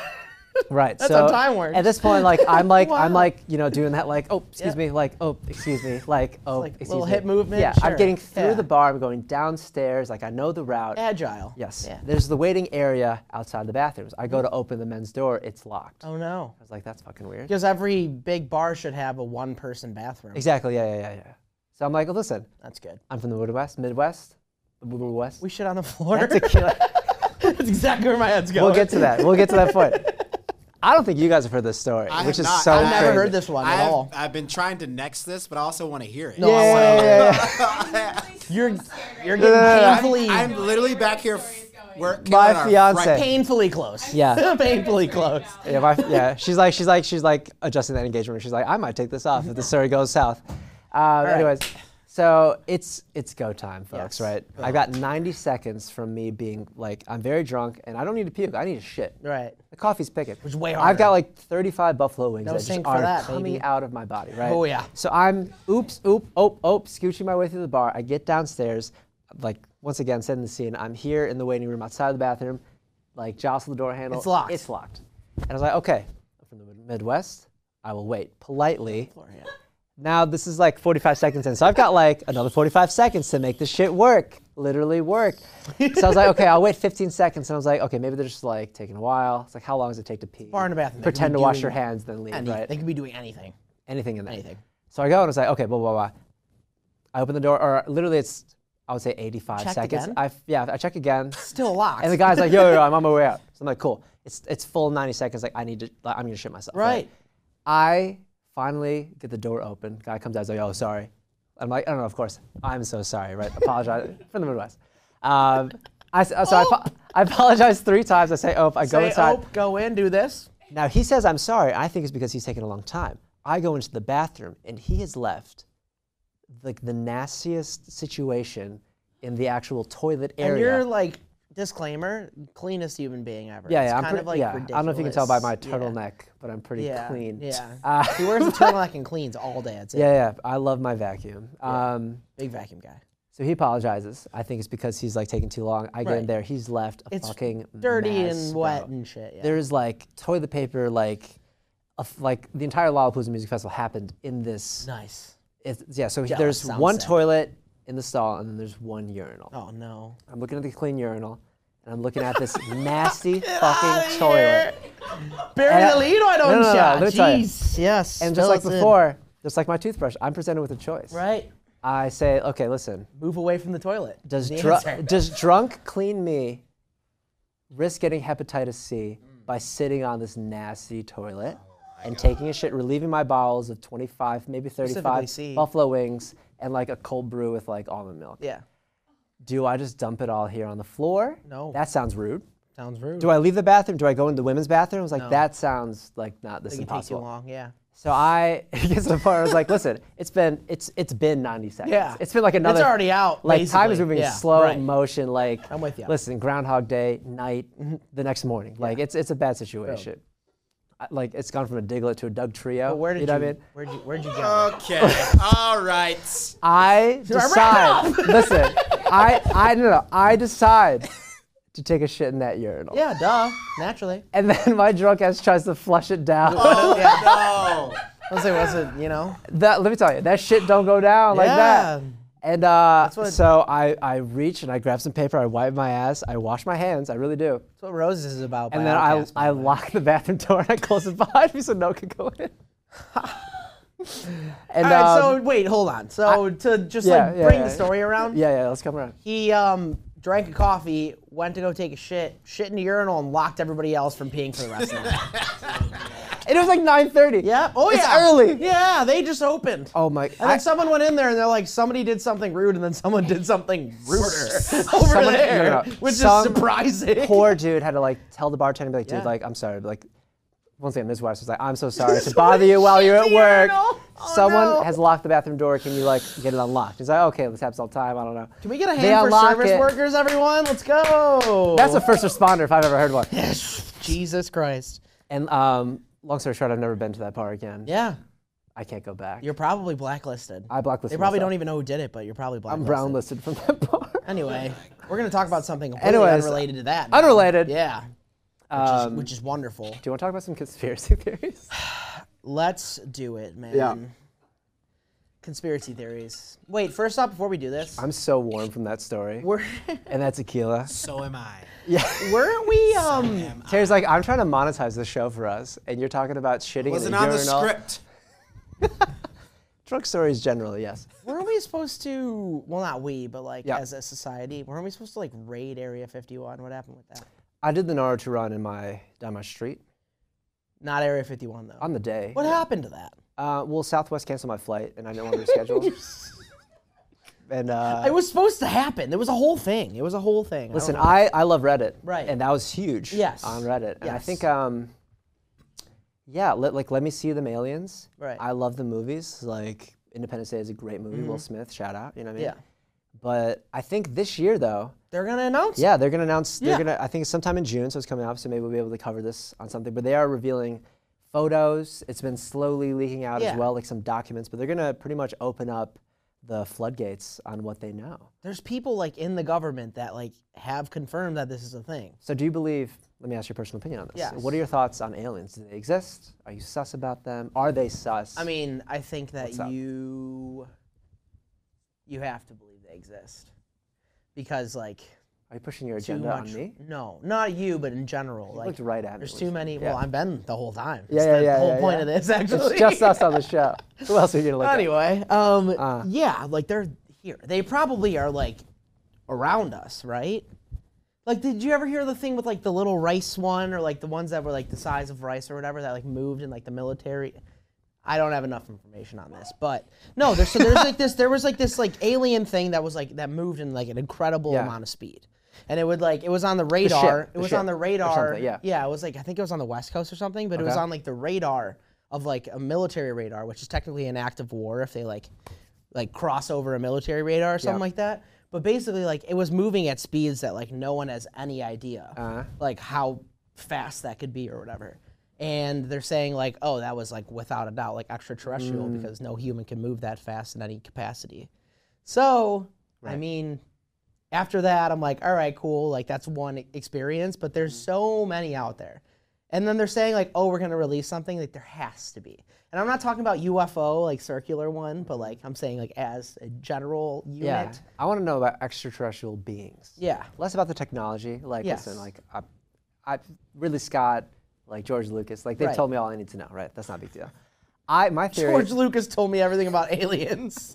Speaker 1: Right.
Speaker 2: That's
Speaker 1: so
Speaker 2: how time works.
Speaker 1: At this point, like I'm like I'm
Speaker 2: Wow.
Speaker 1: like you know doing that like oh excuse
Speaker 2: Yeah.
Speaker 1: me like oh excuse me like oh
Speaker 2: like
Speaker 1: excuse
Speaker 2: little
Speaker 1: me.
Speaker 2: hip movement,
Speaker 1: Yeah,
Speaker 2: sure.
Speaker 1: I'm getting through
Speaker 2: Yeah.
Speaker 1: the bar. I'm going downstairs. Like I know the route.
Speaker 2: Agile.
Speaker 1: yes.
Speaker 2: Yeah. Mm.
Speaker 1: There's the waiting area outside the bathrooms. I go to open the men's door. It's locked.
Speaker 2: Oh no.
Speaker 1: I was like that's fucking weird.
Speaker 2: Because every big bar should have a one-person bathroom.
Speaker 1: Exactly. Yeah. Yeah. Yeah. Yeah. So I'm like listen,
Speaker 2: That's good.
Speaker 1: I'm from the Midwest. Midwest. Midwest.
Speaker 2: We shit on the floor.
Speaker 1: That tequila.
Speaker 2: That's exactly where my head's going.
Speaker 1: we'll get to that. We'll get to that point. I don't think you guys have heard this story,
Speaker 3: I
Speaker 1: which
Speaker 3: have
Speaker 1: is
Speaker 3: not-
Speaker 1: so
Speaker 3: I've
Speaker 1: crazy.
Speaker 2: never heard this one at
Speaker 3: I've,
Speaker 2: all.
Speaker 3: I've been trying to next this, but I also want to hear it.
Speaker 2: No, I wanna
Speaker 1: Yeah,
Speaker 2: know.
Speaker 1: yeah, yeah.
Speaker 2: You're you're
Speaker 1: no, no, no.
Speaker 2: getting
Speaker 3: I'm,
Speaker 2: painfully
Speaker 3: I'm literally
Speaker 5: where
Speaker 3: back
Speaker 5: this
Speaker 3: here.
Speaker 5: story is going.
Speaker 3: We're
Speaker 1: My
Speaker 3: killing our
Speaker 1: fiance.
Speaker 3: fright-
Speaker 2: painfully close.
Speaker 1: Yeah.
Speaker 2: painfully close.
Speaker 1: Yeah, my, yeah. She's like, she's like, she's like adjusting that engagement. ring. She's like, I might take this off if the story goes south. Um, Anyways, so it's it's go time, folks.
Speaker 2: Yes.
Speaker 1: Right? I got 90 seconds from me being like, I'm very drunk and I don't need to puke. I need to shit.
Speaker 2: Right.
Speaker 1: The coffee's picking.
Speaker 2: Which is way
Speaker 1: I've got
Speaker 2: harder.
Speaker 1: like 35 buffalo wings
Speaker 2: No
Speaker 1: that just
Speaker 2: sink for
Speaker 1: are
Speaker 2: that,
Speaker 1: coming
Speaker 2: baby.
Speaker 1: out of my body, right?
Speaker 2: Oh, yeah.
Speaker 1: So I'm oops, oop, oop, oop, scooching my way through the bar. I get downstairs, like once again, setting the scene. I'm here in the waiting room outside the bathroom, like jostle the door handle.
Speaker 2: It's locked.
Speaker 1: Oh, It's locked. And I was like, okay, I'm from the Mid- Midwest. I will wait politely. Now this is like 45 seconds in, so I've got like another 45 seconds to make this shit work, literally work. So I was like, okay, I'll wait 15 seconds, and I was like, okay, maybe they're just like taking a while. It's like, how long does it take to pee?
Speaker 2: bar and a bathroom. They could
Speaker 1: Pretend
Speaker 2: be
Speaker 1: to wash
Speaker 2: doing
Speaker 1: your hands, then leave.
Speaker 2: Any-
Speaker 1: right?
Speaker 2: They could be doing anything.
Speaker 1: anything in there.
Speaker 2: Anything.
Speaker 1: So I go and it's like, okay, blah blah blah. I open the door, or literally it's, I would say 85
Speaker 2: Checked
Speaker 1: seconds.
Speaker 2: again?
Speaker 1: I yeah, I check again.
Speaker 2: Still locked.
Speaker 1: And the guy's like, yo, yo, yo, I'm on my way out. So I'm like, cool. It's it's full 90 seconds. Like I need to, like, I'm gonna shit myself.
Speaker 2: Right.
Speaker 1: I finally get the door open. Guy comes out, he's like, oh, sorry. I'm like, oh no, of course. I'm so sorry, right? Apologize from the Midwest. Um, I s- so I, apo- I apologize three times. I say, oh, I go
Speaker 2: Say,
Speaker 1: inside.
Speaker 2: "Oh, go in, do this.
Speaker 1: Now he says I'm sorry. I think it's because he's taking a long time. I go into the bathroom and he has left like the nastiest situation in the actual toilet
Speaker 2: And
Speaker 1: area.
Speaker 2: you're like disclaimer, cleanest human being ever.
Speaker 1: yeah,
Speaker 2: It's
Speaker 1: yeah, I'm
Speaker 2: kind
Speaker 1: pretty,
Speaker 2: of like
Speaker 1: yeah.
Speaker 2: ridiculous.
Speaker 1: I don't know if you can tell by my
Speaker 2: Yeah.
Speaker 1: turtleneck, but I'm pretty
Speaker 2: Yeah,
Speaker 1: clean.
Speaker 2: yeah.
Speaker 1: Uh,
Speaker 2: He wears a turtleneck and cleans all day. That's it.
Speaker 1: yeah, yeah. I love my vacuum. Um,
Speaker 2: Big vacuum guy.
Speaker 1: so he apologizes. I think it's because he's like taking too long. I get in
Speaker 2: Right.
Speaker 1: there. He's left a
Speaker 2: It's
Speaker 1: fucking
Speaker 2: dirty
Speaker 1: mess,
Speaker 2: and
Speaker 1: bro.
Speaker 2: wet and shit. Yeah.
Speaker 1: There's like toilet paper, like, a f- like the entire Lollapalooza Music Festival happened in this
Speaker 2: nice.
Speaker 1: It's, yeah, so he-
Speaker 2: Jealous
Speaker 1: there's
Speaker 2: sound
Speaker 1: one
Speaker 2: set.
Speaker 1: toilet in the stall, and then there's one urinal.
Speaker 2: Oh no.
Speaker 1: I'm looking at the clean urinal, and I'm looking at this nasty fucking toilet.
Speaker 2: Bury
Speaker 1: And I-
Speaker 2: the lead on
Speaker 1: No, no, no, no,
Speaker 2: shot.
Speaker 1: let me tell you.
Speaker 2: Jeez. Yes.
Speaker 1: And just
Speaker 2: fill
Speaker 1: like
Speaker 2: us in.
Speaker 1: before, just like my toothbrush, I'm presented with a choice.
Speaker 2: Right.
Speaker 1: I say, okay, listen,
Speaker 2: Move away from the toilet.
Speaker 1: does,
Speaker 2: The answer.
Speaker 1: dr- does drunk clean me risk getting hepatitis C
Speaker 2: Mm.
Speaker 1: by sitting on this nasty toilet
Speaker 2: Oh
Speaker 1: and taking a shit, relieving my bowels of 25, maybe 35
Speaker 2: C.
Speaker 1: buffalo wings and like a cold brew with like almond milk?
Speaker 2: Yeah.
Speaker 1: Do I just dump it all here on the floor?
Speaker 2: No.
Speaker 1: That sounds rude.
Speaker 2: Sounds rude.
Speaker 1: Do I leave the bathroom? Do I go into the women's bathroom? I was like, that sounds like not this
Speaker 2: It can take too
Speaker 1: impossible.
Speaker 2: long. Yeah.
Speaker 1: So I it gets to the point where I was like, listen, it's been it's it's been 90 seconds.
Speaker 2: Yeah.
Speaker 1: It's been like another
Speaker 2: already out,
Speaker 1: Like time is
Speaker 2: basically.
Speaker 1: moving in
Speaker 2: Yeah,
Speaker 1: slow
Speaker 2: right.
Speaker 1: motion. Like
Speaker 2: I'm with ya. Mm-hmm.
Speaker 1: Listen, Groundhog Day night, the next morning. Like it's it's a bad situation. I- Like it's gone from a Diglett to a Doug Trio.
Speaker 2: But where did
Speaker 1: you
Speaker 2: you,
Speaker 1: know what I mean?
Speaker 2: where'd you where'd you go?
Speaker 3: Okay. All right.
Speaker 1: I decide. listen, I I no no I decide to take a shit in that urinal.
Speaker 2: Yeah, duh, naturally.
Speaker 1: And then my drunk ass tries to flush it down.
Speaker 2: yeah,
Speaker 3: No.
Speaker 2: I was like, was it you know?
Speaker 1: that let me tell you, that shit don't go down like that.
Speaker 2: Yeah.
Speaker 1: And uh,
Speaker 2: what-
Speaker 1: so I, I reach and I grab some paper, I wipe my ass, I wash my hands, I really do.
Speaker 2: That's what roses is about.
Speaker 1: And
Speaker 2: by
Speaker 1: then I,
Speaker 2: Outkast,
Speaker 1: I
Speaker 2: by the way.
Speaker 1: lock the bathroom door and I close it behind me so no one can go in. and
Speaker 2: All right,
Speaker 1: um,
Speaker 2: so wait, hold on. So to just
Speaker 1: yeah,
Speaker 2: like
Speaker 1: yeah,
Speaker 2: bring
Speaker 1: yeah.
Speaker 2: the story around,
Speaker 1: yeah, yeah, let's come around.
Speaker 2: he um drank a coffee, went to go take a shit, shit in the urinal, and locked everybody else from peeing for the rest of the night.
Speaker 1: It was like 9:30.
Speaker 2: Yeah. Oh
Speaker 1: It's
Speaker 2: yeah.
Speaker 1: early.
Speaker 2: Yeah, they just opened.
Speaker 1: Oh my!
Speaker 2: And then
Speaker 1: I-
Speaker 2: someone went in there and they're like, somebody did something rude, and then someone did something ruder over
Speaker 1: Someone-
Speaker 2: there,
Speaker 1: no, no, no.
Speaker 2: which
Speaker 1: Some
Speaker 2: is surprising.
Speaker 1: poor dude had to like tell the bartender, be like, dude,
Speaker 2: Yeah.
Speaker 1: like, I'm sorry, but, like, once again, Ms. West was like, I'm so sorry to bother you while you're at work.
Speaker 2: urinal. Oh,
Speaker 1: Someone
Speaker 2: no.
Speaker 1: has locked the bathroom door. Can you like get it unlocked? He's like, okay, this happens all the time. I don't know.
Speaker 2: Can we get a
Speaker 1: They
Speaker 2: hand for
Speaker 1: unlock
Speaker 2: service
Speaker 1: it.
Speaker 2: workers, everyone? Let's go.
Speaker 1: That's a first responder if I've ever heard one.
Speaker 2: Jesus Christ.
Speaker 1: And um, long story short, I've never been to that bar again.
Speaker 2: Yeah,
Speaker 1: I can't go back.
Speaker 2: you're probably blacklisted.
Speaker 1: I
Speaker 2: they
Speaker 1: blacklisted.
Speaker 2: probably
Speaker 1: myself.
Speaker 2: don't even know who did it, but you're probably blacklisted.
Speaker 1: I'm brown listed from that bar.
Speaker 2: Anyway, we're gonna talk about something completely
Speaker 1: Anyways,
Speaker 2: unrelated to that. now.
Speaker 1: unrelated.
Speaker 2: Yeah. Which, is,
Speaker 1: Um,
Speaker 2: which is wonderful.
Speaker 1: do you want to talk about some conspiracy theories?
Speaker 2: Let's do it, man.
Speaker 1: Yeah.
Speaker 2: Conspiracy theories. Wait, first off, before we do this,
Speaker 1: I'm so warm from that story.
Speaker 2: were
Speaker 1: and that tequila.
Speaker 3: So am I.
Speaker 2: weren't we um
Speaker 3: Am I.
Speaker 1: Terry's like, I'm trying to monetize the show for us, and you're talking about shitting in
Speaker 3: Wasn't
Speaker 1: the
Speaker 3: on the
Speaker 1: urinal.
Speaker 3: script.
Speaker 1: Drug stories generally, yes.
Speaker 2: weren't we supposed to well not we but like
Speaker 1: Yeah.
Speaker 2: as a society weren't we supposed to like raid Area 51? What happened with that?
Speaker 1: I did the Naruto run in my down my street
Speaker 2: Not Area 51 though.
Speaker 1: on the day.
Speaker 2: what happened to that?
Speaker 1: Uh, well, Southwest canceled my flight, and I no longer scheduled. and uh,
Speaker 2: It was supposed to happen. There was a whole thing. It was a whole thing. don't
Speaker 1: listen,
Speaker 2: know.
Speaker 1: I, I love Reddit,
Speaker 2: Oh, Right.
Speaker 1: And that was huge.
Speaker 2: Yes.
Speaker 1: on Reddit, and I
Speaker 2: Yes.
Speaker 1: think um, yeah, let, like let me see them aliens.
Speaker 2: Right.
Speaker 1: I love the movies. Like Independence Day is a great movie. Will Smith, shout out. You know what I mean?
Speaker 2: Mm-hmm. Yeah.
Speaker 1: But I think this year though,
Speaker 2: they're gonna announce.
Speaker 1: Yeah, they're gonna announce. They're
Speaker 2: Yeah.
Speaker 1: gonna. I think it's sometime in June, so it's coming up. So maybe we'll be able to cover this on something. But they are revealing photos. It's been slowly leaking out as
Speaker 2: Yeah.
Speaker 1: well, like some documents. But they're gonna pretty much open up the floodgates on what they know.
Speaker 2: There's people like in the government that like have confirmed that this is a thing.
Speaker 1: So do you believe? Let me ask your personal opinion on this.
Speaker 2: Yes.
Speaker 1: What are your thoughts on aliens? Do they exist? Are you sus about them? Are they sus?
Speaker 2: I mean, I think that
Speaker 1: up?
Speaker 2: you you have to believe they exist because like
Speaker 1: are you pushing your
Speaker 2: too
Speaker 1: agenda
Speaker 2: much.
Speaker 1: on me?
Speaker 2: No, not you, but in general,
Speaker 1: You
Speaker 2: like
Speaker 1: looked right at me.
Speaker 2: there's
Speaker 1: when
Speaker 2: too
Speaker 1: you said-
Speaker 2: many.
Speaker 1: Yeah.
Speaker 2: Well, I've been the whole time.
Speaker 1: Yeah,
Speaker 2: It's
Speaker 1: yeah,
Speaker 2: the,
Speaker 1: yeah,
Speaker 2: The whole
Speaker 1: yeah,
Speaker 2: point
Speaker 1: yeah.
Speaker 2: of this, actually.
Speaker 1: It's just uh, us on the show. Who else are you gonna look at?
Speaker 2: Anyway, um,
Speaker 1: Ah.
Speaker 2: yeah, like they're here. They probably are like around us, right? Like, did you ever hear the thing with like the little rice one, or like the ones that were like the size of rice or whatever that like moved in like the military? I don't have enough information on this, but no, there's so there's like this there was like this like alien thing that was like that moved in like an incredible
Speaker 1: Yeah.
Speaker 2: amount of speed. And it would like it was on the radar.
Speaker 1: the
Speaker 2: it was
Speaker 1: ship
Speaker 2: on the
Speaker 1: or
Speaker 2: radar.
Speaker 1: something, yeah.
Speaker 2: Yeah, it was like I think it was on the west coast or something, but it was
Speaker 1: Okay.
Speaker 2: on like the radar of like a military radar, which is technically an act of war if they like like cross over a military radar or something
Speaker 1: Yep.
Speaker 2: like that. But basically, like it was moving at speeds that like no one has any idea,
Speaker 1: Uh-huh.
Speaker 2: like how fast that could be or whatever. And they're saying like, oh, that was like without a doubt like extraterrestrial
Speaker 1: Mm.
Speaker 2: because no human can move that fast in any capacity. So I mean, after that, I'm like, all right, cool. Like that's one e- experience, but there's
Speaker 1: Mm-hmm.
Speaker 2: so many out there. And then they're saying like, oh, we're gonna release something. Like there has to be. And I'm not talking about UFO like circular one, but like I'm saying like as a general unit.
Speaker 1: Yeah. I want to know about extraterrestrial beings.
Speaker 2: Yeah.
Speaker 1: less about the technology. Like,
Speaker 2: Yes.
Speaker 1: listen, like, I, I, Ridley Scott, like George Lucas, like they have
Speaker 2: Right.
Speaker 1: told me all I need to know. Right? That's not a big deal. I my theory.
Speaker 2: George Lucas told me everything about aliens.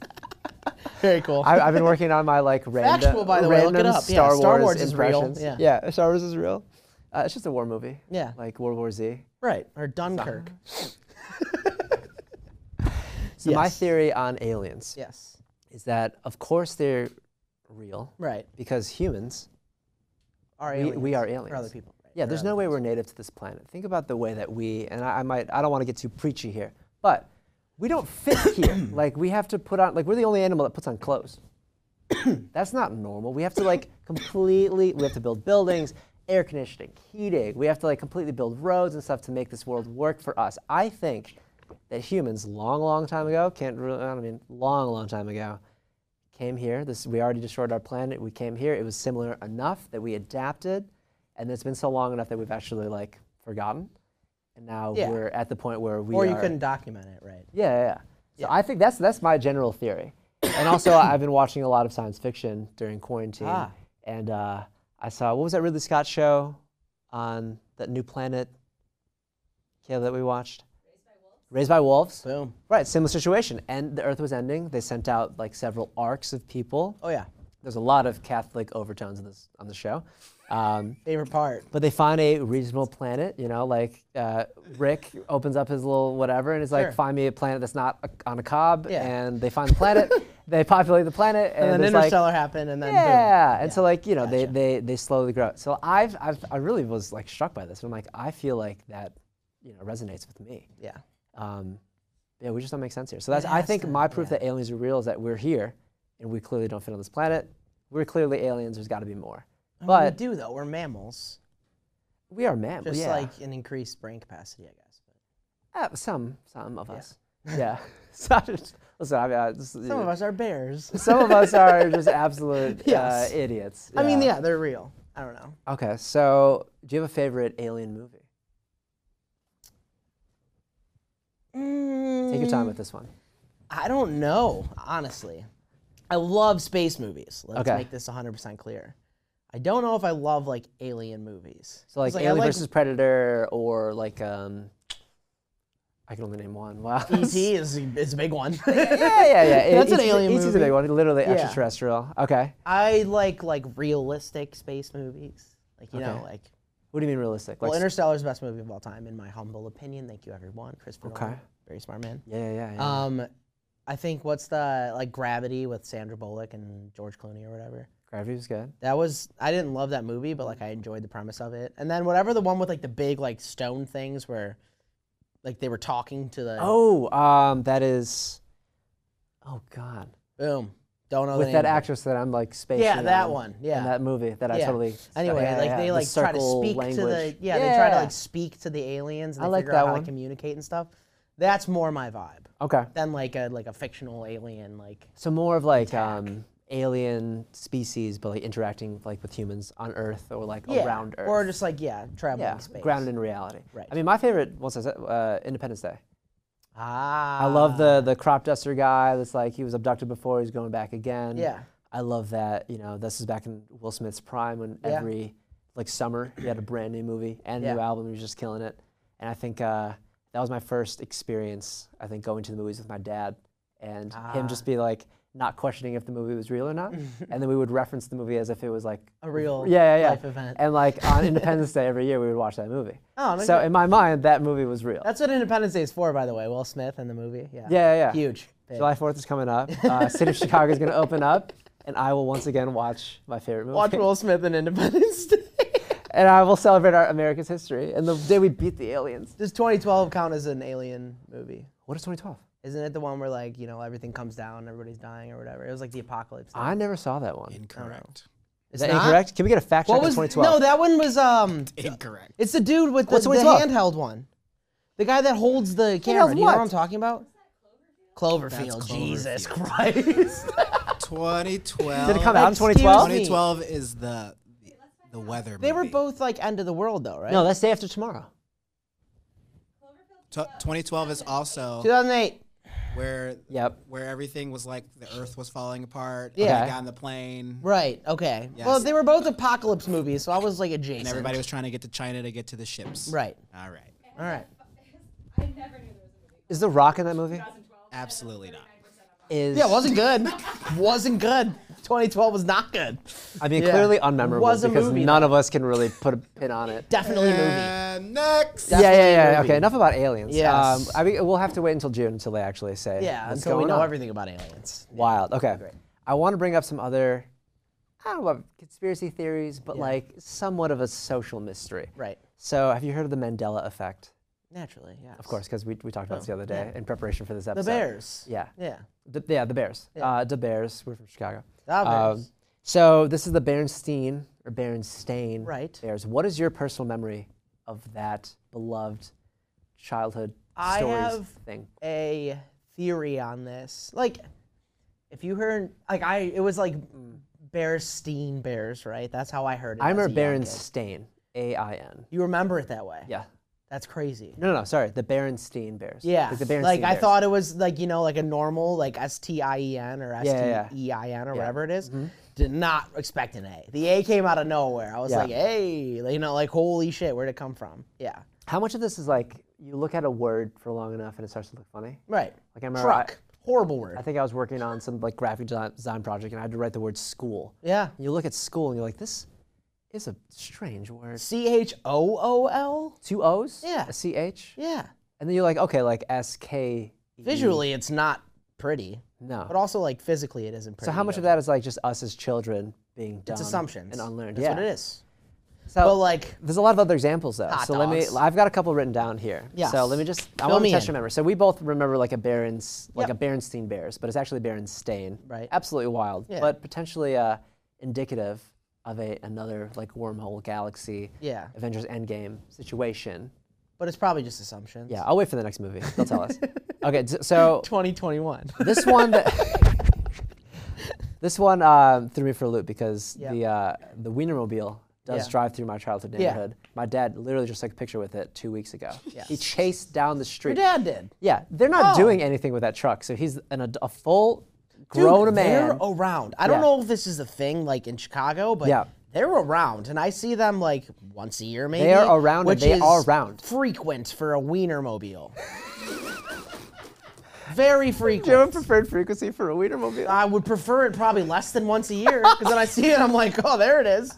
Speaker 2: Very cool.
Speaker 1: I, I've been working on my like random,
Speaker 2: Factual, by the way, look it
Speaker 1: random
Speaker 2: up. Yeah,
Speaker 1: Star,
Speaker 2: Star
Speaker 1: Wars
Speaker 2: Wars is real,
Speaker 1: impressions.
Speaker 2: yeah.
Speaker 1: Star Wars is real. Uh, it's just a war movie.
Speaker 2: Yeah.
Speaker 1: like World War Z.
Speaker 2: right. Or Dunkirk.
Speaker 1: So my
Speaker 2: Yes.
Speaker 1: theory on aliens
Speaker 2: Yes.
Speaker 1: is that of course they're real
Speaker 2: Right.
Speaker 1: because humans
Speaker 2: Are
Speaker 1: we, we are
Speaker 2: Or other
Speaker 1: aliens.
Speaker 2: people. right.
Speaker 1: Yeah, there's no way we're native to this planet. Think about the way that we, and I, I might, I don't want to get too preachy here, But we don't fit here. like we have to put on like we're the only animal that puts on clothes. That's not normal. We have to like completely we have to build buildings, air conditioning, heating. We have to like completely build roads and stuff to make this world work for us. I think that humans long long time ago can't really I mean long long time ago came here. This we already destroyed our planet. We came here. It was similar enough that we adapted, and it's been so long enough that we've actually like forgotten, and now
Speaker 2: Yeah.
Speaker 1: we're at the point where we
Speaker 2: Or
Speaker 1: are,
Speaker 2: you couldn't document it, right?
Speaker 1: Yeah, yeah. yeah. So I think that's that's my general theory, and also I've been watching a lot of science fiction during quarantine,
Speaker 2: Ah.
Speaker 1: and uh, I saw what was that Ridley Scott show on that New Planet, Caleb, that we watched. Raised by Wolves.
Speaker 2: Boom.
Speaker 1: Right, similar situation. And the Earth was ending. They sent out like several arcs of people
Speaker 2: Oh yeah.
Speaker 1: there's a lot of Catholic overtones in this on the show. Um,
Speaker 2: Favorite part.
Speaker 1: but they find a reasonable planet, you know, like uh, Rick opens up his little whatever and is like,
Speaker 2: Sure.
Speaker 1: find me a planet that's not a, on a cob.
Speaker 2: Yeah.
Speaker 1: And they find the planet, they populate the planet, and,
Speaker 2: And, then
Speaker 1: there's, like,
Speaker 2: Interstellar happened, and then boom.
Speaker 1: yeah. And so
Speaker 2: Yeah.
Speaker 1: like, you know,
Speaker 2: Gotcha.
Speaker 1: they, they, they slowly grow. So I've, I've, I really was like struck by this. I'm like, I feel like that, you know, resonates with me
Speaker 2: yeah.
Speaker 1: um, yeah, we just don't make sense here. So that's I
Speaker 2: has
Speaker 1: think
Speaker 2: to-
Speaker 1: my proof
Speaker 2: yeah.
Speaker 1: that aliens are real is that we're here, and we clearly don't fit on this planet. We're clearly aliens. There's got to be more.
Speaker 2: I mean,
Speaker 1: But
Speaker 2: we do though. We're mammals.
Speaker 1: we are mammals.
Speaker 2: Just
Speaker 1: yeah,
Speaker 2: like an increased brain capacity, I guess.
Speaker 1: Uh, some some of us. Yeah. so I just, listen, I mean, I just-
Speaker 2: Some of us are bears.
Speaker 1: Some of us are just absolute
Speaker 2: Yes.
Speaker 1: uh, idiots.
Speaker 2: I mean, yeah, they're real. I don't know.
Speaker 1: Okay, so do you have a favorite alien movie? Take your time with this one.
Speaker 2: I don't know, honestly. I love space movies. Let's
Speaker 1: Okay.
Speaker 2: make this 100% clear. I don't know if I love like alien movies.
Speaker 1: So like,
Speaker 2: It's I
Speaker 1: Alien versus Predator, or like um, I can only name one. Wow.
Speaker 2: ET E is, is a big one.
Speaker 1: yeah, yeah, yeah.
Speaker 2: That's an
Speaker 1: E.T. 's-
Speaker 2: alien
Speaker 1: E.T. 's a
Speaker 2: movie.
Speaker 1: big one. Literally
Speaker 2: Yeah.
Speaker 1: extraterrestrial. Okay.
Speaker 2: I like like realistic space movies. Like you know,
Speaker 1: Okay.
Speaker 2: like
Speaker 1: What do you mean realistic? Like,
Speaker 2: well,
Speaker 1: s-
Speaker 2: Interstellar's the best movie of all time, in my humble opinion. Thank you, everyone. Christopher
Speaker 1: Okay.
Speaker 2: Nolan, very smart man.
Speaker 1: yeah, yeah, yeah, yeah.
Speaker 2: Um, I think what's the like Gravity with Sandra Bullock and George Clooney or whatever.
Speaker 1: Gravity was good.
Speaker 2: That was I didn't love that movie, but like I enjoyed the premise of it. And then whatever the one with like the big like stone things where like they were talking to the
Speaker 1: Oh, um, that is. Oh God.
Speaker 2: boom. Don't know the
Speaker 1: With
Speaker 2: name
Speaker 1: that
Speaker 2: of it.
Speaker 1: actress that I'm like spacing.
Speaker 2: Yeah, that
Speaker 1: on
Speaker 2: one,
Speaker 1: in
Speaker 2: yeah.
Speaker 1: that movie that I
Speaker 2: Yeah.
Speaker 1: totally.
Speaker 2: Anyway,
Speaker 1: yeah,
Speaker 2: like
Speaker 1: yeah,
Speaker 2: they
Speaker 1: the
Speaker 2: like try to
Speaker 1: circle
Speaker 2: speak to the
Speaker 1: language.
Speaker 2: yeah, they try to
Speaker 1: Yeah.
Speaker 2: like speak to the aliens and
Speaker 1: I
Speaker 2: they
Speaker 1: like
Speaker 2: figure
Speaker 1: that
Speaker 2: out how
Speaker 1: one.
Speaker 2: to communicate and stuff. That's more my vibe
Speaker 1: Okay.
Speaker 2: than like a like a fictional alien like
Speaker 1: So more of like um, alien species, but like interacting like with humans on Earth or like
Speaker 2: yeah.
Speaker 1: around Earth.
Speaker 2: or just like yeah traveling
Speaker 1: yeah,
Speaker 2: space
Speaker 1: grounded in reality.
Speaker 2: Right.
Speaker 1: I mean, my favorite was uh, Independence Day.
Speaker 2: Ah,
Speaker 1: I love the the crop duster guy that's like he was abducted before, he's going back again.
Speaker 2: Yeah.
Speaker 1: I love that, you know, this is back in Will Smith's prime when
Speaker 2: Yeah.
Speaker 1: every like summer he had a brand new movie and
Speaker 2: Yeah.
Speaker 1: new album, he was just killing it. And I think uh, that was my first experience, I think, going to the movies with my dad and him just be like not questioning if the movie was real or not. and then we would reference the movie as if it was like
Speaker 2: a real
Speaker 1: yeah, yeah, yeah.
Speaker 2: life event.
Speaker 1: And like on Independence Day every year we would watch that movie.
Speaker 2: Oh, no
Speaker 1: so
Speaker 2: kidding.
Speaker 1: in my mind that movie was real.
Speaker 2: That's what Independence Day is for, by the way. Will Smith in the movie. Yeah.
Speaker 1: Yeah, yeah, yeah.
Speaker 2: Huge. Big.
Speaker 1: July 4th is coming up. Uh, City of Chicago is going to open up, and I will once again watch my favorite movie.
Speaker 2: Watch Will Smith in Independence Day.
Speaker 1: And I will celebrate our America's history and the day we beat the aliens.
Speaker 2: Does 2012 count as an alien movie?
Speaker 1: What is 2012?
Speaker 2: Isn't it the one where like you know everything comes down, everybody's dying or whatever? It was like the apocalypse. thing.
Speaker 1: I never saw that one.
Speaker 3: Incorrect.
Speaker 1: Is
Speaker 2: It's
Speaker 1: that
Speaker 2: not?
Speaker 1: incorrect? Can we get a fact check
Speaker 2: What
Speaker 1: of
Speaker 2: was
Speaker 1: 2012?
Speaker 2: no? That one was um.
Speaker 3: Incorrect.
Speaker 2: It's the dude with the,
Speaker 1: What's
Speaker 2: the
Speaker 1: 2012?
Speaker 2: handheld one. The guy that holds the camera. Do you know
Speaker 1: what?
Speaker 2: what I'm talking about? Cloverfield.
Speaker 3: That's
Speaker 2: Jesus
Speaker 3: Cloverfield.
Speaker 2: Christ.
Speaker 3: 2012.
Speaker 1: Did it come out in
Speaker 2: Excuse
Speaker 1: 2012?
Speaker 2: me.
Speaker 3: 2012 is the the weather.
Speaker 2: they were
Speaker 3: movie.
Speaker 2: both like end of the world though, right?
Speaker 1: No, that's day after tomorrow.
Speaker 5: Cloverfield
Speaker 3: T- 2012 is also
Speaker 2: 2008.
Speaker 3: where
Speaker 1: Yep.
Speaker 3: where everything was like the Earth was falling apart.
Speaker 2: Yeah.
Speaker 3: Yeah. They got on the plane.
Speaker 2: Right. Okay. Well,
Speaker 3: Yes.
Speaker 2: they were both apocalypse movies, so I was like adjacent.
Speaker 3: And everybody was trying to get to China to get to the ships.
Speaker 2: right.
Speaker 3: All right.
Speaker 2: All right.
Speaker 5: I never knew there was a movie.
Speaker 1: Is The Rock in that movie?
Speaker 5: 2012.
Speaker 3: Absolutely not.
Speaker 1: Is
Speaker 2: Yeah, it wasn't good. wasn't good. 2012 was not good.
Speaker 1: I mean,
Speaker 2: yeah.
Speaker 1: clearly unmemorable
Speaker 2: Was a
Speaker 1: because
Speaker 2: movie,
Speaker 1: none of us can really put a pin on it.
Speaker 2: Definitely a
Speaker 1: Uh,
Speaker 2: movie.
Speaker 3: And next.
Speaker 1: Yeah,
Speaker 2: Definitely
Speaker 1: yeah,
Speaker 2: a
Speaker 1: yeah.
Speaker 2: movie.
Speaker 1: Okay, enough about aliens. Um,
Speaker 2: Yes.
Speaker 1: I mean, we'll have to wait until June until they actually say.
Speaker 2: Yeah,
Speaker 1: what's
Speaker 2: until we
Speaker 1: going
Speaker 2: know
Speaker 1: on.
Speaker 2: everything about aliens.
Speaker 1: Wild. Okay. I want to bring up some other, I don't know about conspiracy theories, but like somewhat of a social mystery.
Speaker 2: Right.
Speaker 1: So, have you heard of the Mandela effect?
Speaker 2: Naturally, yeah.
Speaker 1: Of course, because we, we talked about this the other day in preparation for this
Speaker 2: Oh, The
Speaker 1: episode.
Speaker 2: Bears.
Speaker 1: Yeah.
Speaker 2: Yeah.
Speaker 1: The, yeah, the Bears.
Speaker 2: Yeah.
Speaker 1: Uh, the Bears. We're from Chicago. Um,
Speaker 2: The Bears.
Speaker 1: so this is the Berenstein or Berenstain
Speaker 2: Right.
Speaker 1: Bears. What is your personal memory of that beloved childhood
Speaker 2: I
Speaker 1: stories
Speaker 2: have-
Speaker 1: thing?
Speaker 2: a theory on this. Like, if you heard, like, I, it was like Bears, Steen Bears, right? That's how I heard it.
Speaker 1: I
Speaker 2: as a
Speaker 1: remember
Speaker 2: young kid.
Speaker 1: Berenstain. A I N.
Speaker 2: You remember it that way?
Speaker 1: Yeah.
Speaker 2: That's crazy.
Speaker 1: No, no, no. Sorry, the Berenstein Bears.
Speaker 2: Yeah.
Speaker 1: Like the Berenstein
Speaker 2: Like, I
Speaker 1: Bears.
Speaker 2: thought it was like, you know, like a normal, like S T I E N or S T E I
Speaker 1: yeah, Mm-hmm.
Speaker 2: N or whatever it is. Did not expect an A. The A came out of nowhere. I was
Speaker 1: Yeah.
Speaker 2: like, hey, like, you know, like, holy shit, where'd it come from? Yeah.
Speaker 1: How much of this is like you look at a word for long enough and it starts to look funny?
Speaker 2: Right.
Speaker 1: Like I remember. I-
Speaker 2: Truck. Horrible word.
Speaker 1: I think I was working on some like graphic design design project and I had to write the word school.
Speaker 2: yeah.
Speaker 1: And you look at school and you're like, this is a strange word.
Speaker 2: C H O O L?
Speaker 1: Two O's?
Speaker 2: Yeah.
Speaker 1: A CH?
Speaker 2: Yeah.
Speaker 1: And then you're like, okay, like S K. E.
Speaker 2: Visually, it's not pretty.
Speaker 1: No.
Speaker 2: But also, like physically, it isn't pretty.
Speaker 1: so how much of that is like just us as children being dumb
Speaker 2: It's assumptions.
Speaker 1: and unlearned?
Speaker 2: That's
Speaker 1: yeah.
Speaker 2: what it is.
Speaker 1: So
Speaker 2: But like,
Speaker 1: there's a lot of other examples though.
Speaker 2: Hot
Speaker 1: so let
Speaker 2: dogs.
Speaker 1: me. I've got a couple written down here.
Speaker 2: Yes.
Speaker 1: So let me just. I
Speaker 2: Fill
Speaker 1: want
Speaker 2: me
Speaker 1: to test your
Speaker 2: in.
Speaker 1: memory. So we both remember like a Baron's, like
Speaker 2: Yep.
Speaker 1: a Berenstein Bears, but it's actually Berenstain.
Speaker 2: Right.
Speaker 1: Absolutely wild,
Speaker 2: Yeah.
Speaker 1: but potentially uh, indicative of a another like wormhole galaxy.
Speaker 2: Yeah.
Speaker 1: Avengers Endgame situation.
Speaker 2: but it's probably just assumptions.
Speaker 1: Yeah. I'll wait for the next movie. They'll tell us. okay. d- So
Speaker 2: 2021.
Speaker 1: this one that this one uh, threw me for a loop because
Speaker 2: Yeah.
Speaker 1: the uh, the Wienermobile does
Speaker 2: Yeah.
Speaker 1: drive through my childhood
Speaker 2: Yeah.
Speaker 1: neighborhood. My dad literally just took a picture with it two weeks ago. He
Speaker 2: Yes.
Speaker 1: chased down the street.
Speaker 2: Your dad did.
Speaker 1: Yeah, they're not
Speaker 2: Oh.
Speaker 1: doing anything with that truck. So he's an, ad- a full
Speaker 2: Dude,
Speaker 1: grown
Speaker 2: They're
Speaker 1: man.
Speaker 2: around. I don't
Speaker 1: Yeah.
Speaker 2: know if this is a thing like in Chicago, but
Speaker 1: Yeah.
Speaker 2: they're around, and I see them like once a year maybe.
Speaker 1: are around and
Speaker 2: which
Speaker 1: they
Speaker 2: is
Speaker 1: are round.
Speaker 2: Frequent for a wienermobile. Very frequent.
Speaker 1: preferred frequency for a Wienermobile?
Speaker 2: I would prefer it probably less than once a year because then I see it, I'm like, oh, there it is.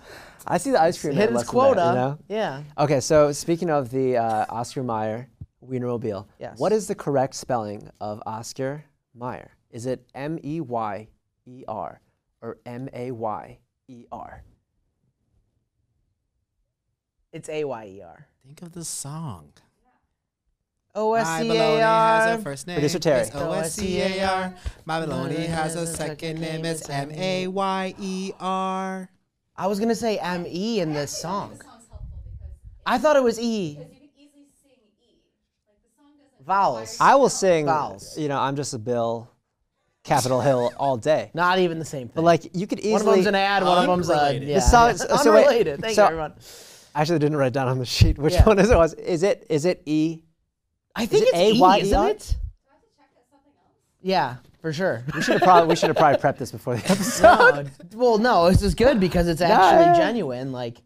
Speaker 1: I see the ice cream.
Speaker 2: Hit
Speaker 1: man less
Speaker 2: its
Speaker 1: than that, you
Speaker 2: quota.
Speaker 1: know?
Speaker 2: Yeah.
Speaker 1: Okay, so speaking of the uh, Oscar Mayer Wienermobile,
Speaker 2: Yes.
Speaker 1: what is the correct spelling of Oscar Mayer? Is it M E Y E R or M A Y E R?
Speaker 2: It's A Y E R.
Speaker 3: Think of the song.
Speaker 2: O S
Speaker 3: My
Speaker 2: C
Speaker 3: baloney
Speaker 2: A
Speaker 3: has a
Speaker 2: R.
Speaker 3: first name.
Speaker 1: Producer Terry.
Speaker 3: It's O S C A R. My baloney has a second name. It's M A Y E R.
Speaker 2: I was gonna say M E in this song.
Speaker 5: This song's helpful because
Speaker 2: I thought it was E.
Speaker 5: because you can easily sing E. Like the song doesn't.
Speaker 2: Vowels.
Speaker 5: require
Speaker 1: I will sing,
Speaker 2: Vowels.
Speaker 1: you know, I'm just a Bill, Capitol Hill all day.
Speaker 2: Not even the same thing. But
Speaker 1: Like, you could easily.
Speaker 2: one of them's an ad, one of them's a
Speaker 3: Unrelated.
Speaker 2: yeah.
Speaker 1: This song-
Speaker 2: yeah.
Speaker 1: so- so wait,
Speaker 2: Unrelated. Thank
Speaker 1: so-
Speaker 2: you, everyone.
Speaker 1: I actually didn't write down on the sheet which
Speaker 2: Yeah.
Speaker 1: one is it was. Is it, is it E?
Speaker 2: I think
Speaker 1: it
Speaker 2: it's E,
Speaker 1: AYER?
Speaker 2: isn't it?
Speaker 5: I have to check that something else.
Speaker 2: Yeah, for sure.
Speaker 1: We should have probably, we should have probably prepped this before the episode.
Speaker 2: no, well, no, this is good because it's actually
Speaker 1: yeah.
Speaker 2: genuine. Like,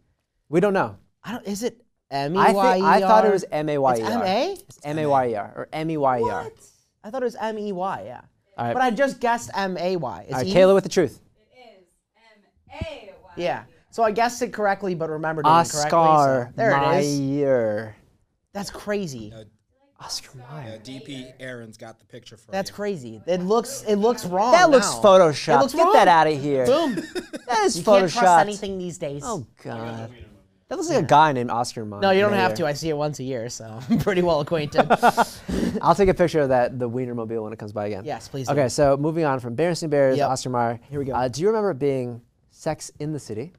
Speaker 1: We don't know.
Speaker 2: I don't. Is it M E
Speaker 1: I, thi-
Speaker 2: Y E R?
Speaker 1: I thought it was M A Y E
Speaker 2: It's
Speaker 1: R.
Speaker 2: M.A.?
Speaker 1: It's M A Y E R or M E Y E R.
Speaker 2: What? I thought it was M E Y. Yeah.
Speaker 1: All right.
Speaker 2: But I just guessed M A Y.
Speaker 1: All right, Uh, Kayla with the truth.
Speaker 5: It is M A Y.
Speaker 2: Yeah. So I guessed it correctly, but remembered it incorrectly. so
Speaker 1: Oscar
Speaker 2: there it is.
Speaker 1: Mayer.
Speaker 2: That's crazy.
Speaker 1: Oscar Mayer.
Speaker 3: DP Aaron's got the picture for
Speaker 2: That's crazy. It looks. It looks wrong.
Speaker 1: That looks
Speaker 2: now.
Speaker 1: photoshopped.
Speaker 2: It looks
Speaker 1: Get
Speaker 2: wrong.
Speaker 1: that out of here.
Speaker 2: Boom.
Speaker 1: That is
Speaker 2: you can't trust
Speaker 1: photoshopped.
Speaker 2: anything these days.
Speaker 1: Oh god. That looks like a guy named Oscar Mayer.
Speaker 2: No, you don't have to. I see it once a year, so I'm pretty well acquainted.
Speaker 1: I'll take a picture of that the Wienermobile when it comes by again.
Speaker 2: Yes, please do.
Speaker 1: Okay, so moving on from Berenstain Bears,
Speaker 2: Yep.
Speaker 1: Oscar Mayer.
Speaker 2: Here we go.
Speaker 1: Uh, do you remember it being Sex in the City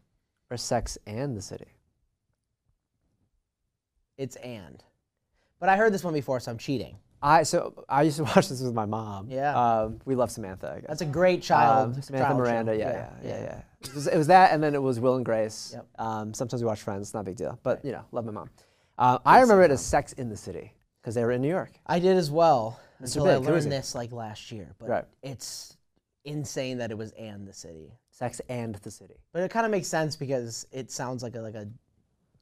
Speaker 1: or Sex and the City?
Speaker 2: it's and. But I heard this one before, so I'm cheating.
Speaker 1: I so I used to watch this with my mom.
Speaker 2: Yeah.
Speaker 1: Um, we love Samantha. I guess.
Speaker 2: That's a great child.
Speaker 1: Um, Samantha
Speaker 2: child show.
Speaker 1: Miranda, yeah, yeah, yeah, yeah. It, was, it was that, and then it was Will and Grace.
Speaker 2: Yep.
Speaker 1: Um, sometimes we watch Friends; it's not a big deal, but you know, love my mom. Uh, I remember it as Sex in the City because they were in New York.
Speaker 2: I did as well until I
Speaker 1: Big, who is
Speaker 2: learned
Speaker 1: he?
Speaker 2: this like last year. But
Speaker 1: Right.
Speaker 2: it's insane that it was and the city.
Speaker 1: Sex and the City.
Speaker 2: But it kind of makes sense because it sounds like a like a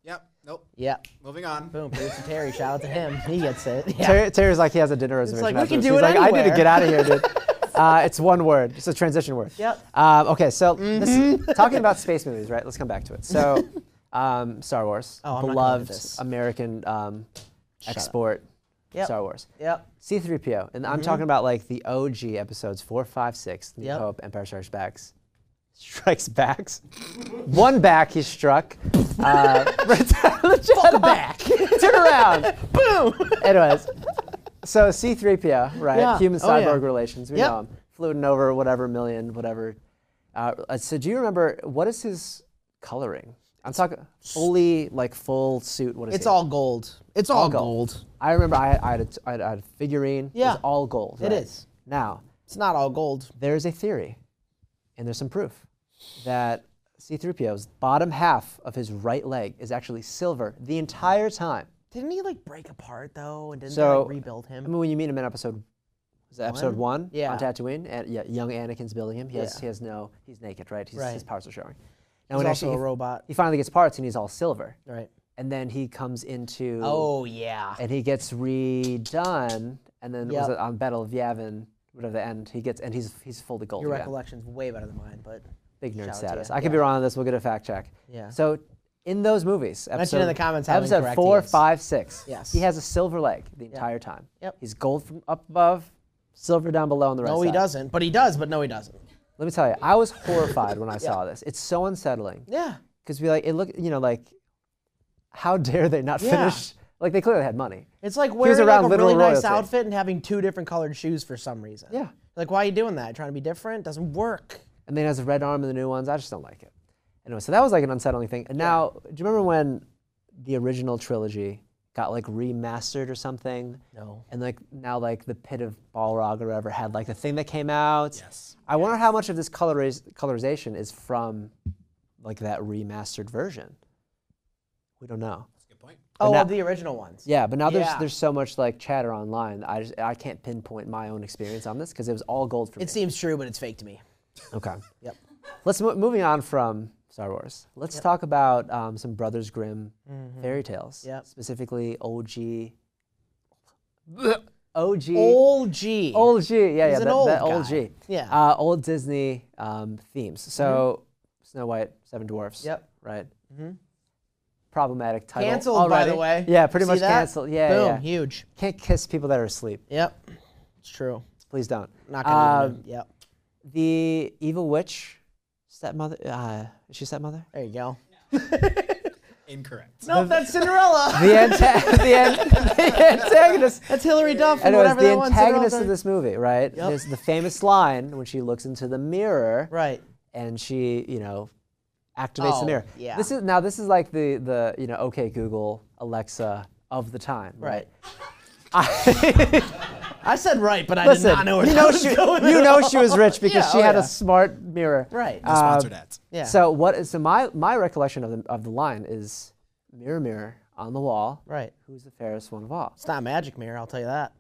Speaker 3: Yep. Nope.
Speaker 2: yeah.
Speaker 3: Moving on.
Speaker 2: Boom, producer Terry, shout out to him. He gets it. Yeah.
Speaker 1: Terry, Terry's like he has a dinner reservation.
Speaker 2: like, we can
Speaker 1: afterwards.
Speaker 2: do
Speaker 1: He's
Speaker 2: it
Speaker 1: like, I need
Speaker 2: anywhere."
Speaker 1: to get out of here, dude. Uh, it's one word. It's a transition word.
Speaker 2: Yep. Mm-hmm.
Speaker 1: Um, okay, so this- talking about space movies, right? Let's come back to it. So, um, Star Wars,
Speaker 2: Oh, I'm not gonna do
Speaker 1: beloved
Speaker 2: this.
Speaker 1: American um,
Speaker 2: up.
Speaker 1: export.
Speaker 2: Yep.
Speaker 1: Star Wars.
Speaker 2: Yep.
Speaker 1: C3PO. And I'm talking about like the OG episodes four, five, six, New
Speaker 2: Mm-hmm. Yep.
Speaker 1: Hope, Empire Strikes Backs. Strikes backs. One back he struck. Uh, Return of the Jedi.
Speaker 2: Back.
Speaker 1: Turn down.
Speaker 2: Boom.
Speaker 1: Anyways, so C3PO, right?
Speaker 2: Yeah.
Speaker 1: Human
Speaker 2: Oh, yeah.
Speaker 1: cyborg relations. We
Speaker 2: Yep.
Speaker 1: know him. Fluting over whatever million, whatever. Uh, uh, so do you remember what is his coloring? I'm talking fully like full suit. What is
Speaker 2: It's
Speaker 1: he?
Speaker 2: all gold. It's all,
Speaker 1: gold.
Speaker 2: gold.
Speaker 1: I remember I, I, had a, t- I had I had a figurine. It
Speaker 2: Yeah.
Speaker 1: was all gold.
Speaker 2: It
Speaker 1: right?
Speaker 2: is.
Speaker 1: Now,
Speaker 2: It's not all gold.
Speaker 1: there is a theory, and there's some proof, that C3PO's bottom half of his right leg is actually silver the entire time.
Speaker 2: Didn't he like break apart though, and didn't they
Speaker 1: So-
Speaker 2: like, rebuld
Speaker 1: I
Speaker 2: him?
Speaker 1: mean, when you meet him in episode, is that episode
Speaker 2: One?
Speaker 1: one?
Speaker 2: Yeah.
Speaker 1: On Tatooine, and yeah, young Anakin's building him. He has,
Speaker 2: Yeah.
Speaker 1: he has no, he's naked, right? He's, His
Speaker 2: Right.
Speaker 1: powers are showing. Now,
Speaker 2: He's
Speaker 1: when
Speaker 2: also
Speaker 1: actually,
Speaker 2: a
Speaker 1: he-
Speaker 2: robot,
Speaker 1: He finally gets parts, and he's all silver.
Speaker 2: right?
Speaker 1: And then he comes into,
Speaker 2: Oh yeah.
Speaker 1: and he gets redone, and then was
Speaker 2: Yep.
Speaker 1: it on Battle of Yavin, whatever the end, he gets, and he's he's fully gold.
Speaker 2: Your
Speaker 1: again.
Speaker 2: recollection's way better than mine, but
Speaker 1: Big
Speaker 2: Shout
Speaker 1: nerd
Speaker 2: out to
Speaker 1: status.
Speaker 2: you.
Speaker 1: I could be
Speaker 2: Yeah.
Speaker 1: wrong on this. We'll get a fact check.
Speaker 2: Yeah.
Speaker 1: So in those movies, episode,
Speaker 2: Mention in the comments how
Speaker 1: episode
Speaker 2: incorrect he
Speaker 1: four,
Speaker 2: is.
Speaker 1: five, six.
Speaker 2: Yes.
Speaker 1: He has a silver leg the entire time.
Speaker 2: Yep.
Speaker 1: He's gold from up above, silver down below on the right
Speaker 2: no,
Speaker 1: side.
Speaker 2: he doesn't. But he does. But no, he doesn't.
Speaker 1: Let me tell you, I was horrified when I saw this. It's so unsettling
Speaker 2: Yeah.
Speaker 1: because we like it look, you know, like how dare they not
Speaker 2: Yeah.
Speaker 1: finish? Like they clearly had money.
Speaker 2: It's like wearing
Speaker 1: around
Speaker 2: like, a
Speaker 1: literal
Speaker 2: really nice
Speaker 1: royalty.
Speaker 2: outfit and having two different colored shoes for some reason.
Speaker 1: Yeah.
Speaker 2: Like, why are you doing that? Trying to be different doesn't work.
Speaker 1: and then has a red arm in the new ones. I just don't like it. Anyway, so that was like an unsettling thing. And now, do you remember when the original trilogy got like remastered or something?
Speaker 2: No.
Speaker 1: And like now, like the pit of Balrog or whatever had like the thing that came out. Yes. I wonder how much of this coloriz- colorization is from like that remastered version. We don't know.
Speaker 3: Good point.
Speaker 2: Oh,
Speaker 1: now-
Speaker 2: of the original ones.
Speaker 1: Yeah, but now
Speaker 2: Yeah.
Speaker 1: there's there's so much like chatter online. that I just I can't pinpoint my own experience on this because it was all gold for me.
Speaker 2: It seems true, but it's fake to me.
Speaker 1: Okay.
Speaker 2: Yep.
Speaker 1: Let's mo- moving on from Star Wars. Let's talk about um, some Brothers Grimm fairy tales.
Speaker 2: Mm-hmm. Yep.
Speaker 1: Specifically, OG. OG.
Speaker 2: Old G.
Speaker 1: Old G. Yeah, yeah.
Speaker 2: an
Speaker 1: That,
Speaker 2: old
Speaker 1: that old
Speaker 2: guy.
Speaker 1: G.
Speaker 2: Yeah. Mm-hmm.
Speaker 1: Uh, old Disney um, themes. So, Snow White, Seven Dwarfs.
Speaker 2: Yep.
Speaker 1: Right. Mm-hmm. Problematic title.
Speaker 2: Canceled, by
Speaker 1: already.
Speaker 2: the way.
Speaker 1: Yeah, pretty
Speaker 2: See
Speaker 1: much
Speaker 2: that?
Speaker 1: canceled. Yeah,
Speaker 2: Boom.
Speaker 1: yeah.
Speaker 2: Huge.
Speaker 1: Can't kiss people that are asleep.
Speaker 2: Yep. It's true.
Speaker 1: Please don't.
Speaker 2: Not gonna.
Speaker 1: Um,
Speaker 2: do it. Yep.
Speaker 1: the evil witch stepmother uh, is she stepmother
Speaker 2: There you go.
Speaker 3: Incorrect.
Speaker 2: No, that's Cinderella.
Speaker 1: the, anta- the, an- the antagonist
Speaker 2: that's Hillary Duff and
Speaker 1: Anyways,
Speaker 2: whatever
Speaker 1: the
Speaker 2: that one. Cinderella
Speaker 1: antagonist of
Speaker 2: thing.
Speaker 1: this movie right there's the famous line when she looks into the mirror
Speaker 2: Right.
Speaker 1: and she you know activates
Speaker 2: Oh,
Speaker 1: the mirror
Speaker 2: yeah.
Speaker 1: this is now this is like the the you know okay google alexa of the time right,
Speaker 2: Right. I said right, but I
Speaker 1: Listen,
Speaker 2: did not know where
Speaker 1: you
Speaker 2: that
Speaker 1: know
Speaker 2: was
Speaker 1: she,
Speaker 2: going
Speaker 1: you
Speaker 2: at
Speaker 1: know
Speaker 2: all.
Speaker 1: she was rich because
Speaker 2: Yeah,
Speaker 1: she
Speaker 2: oh
Speaker 1: had
Speaker 2: yeah.
Speaker 1: a smart mirror.
Speaker 2: Right. No
Speaker 1: Uh,
Speaker 3: Sponsored ads.
Speaker 2: Yeah.
Speaker 1: So what is so my my recollection of the of the line is mirror mirror on the wall.
Speaker 2: Right.
Speaker 1: Who's the fairest one of all?
Speaker 2: It's not magic mirror, I'll tell you that.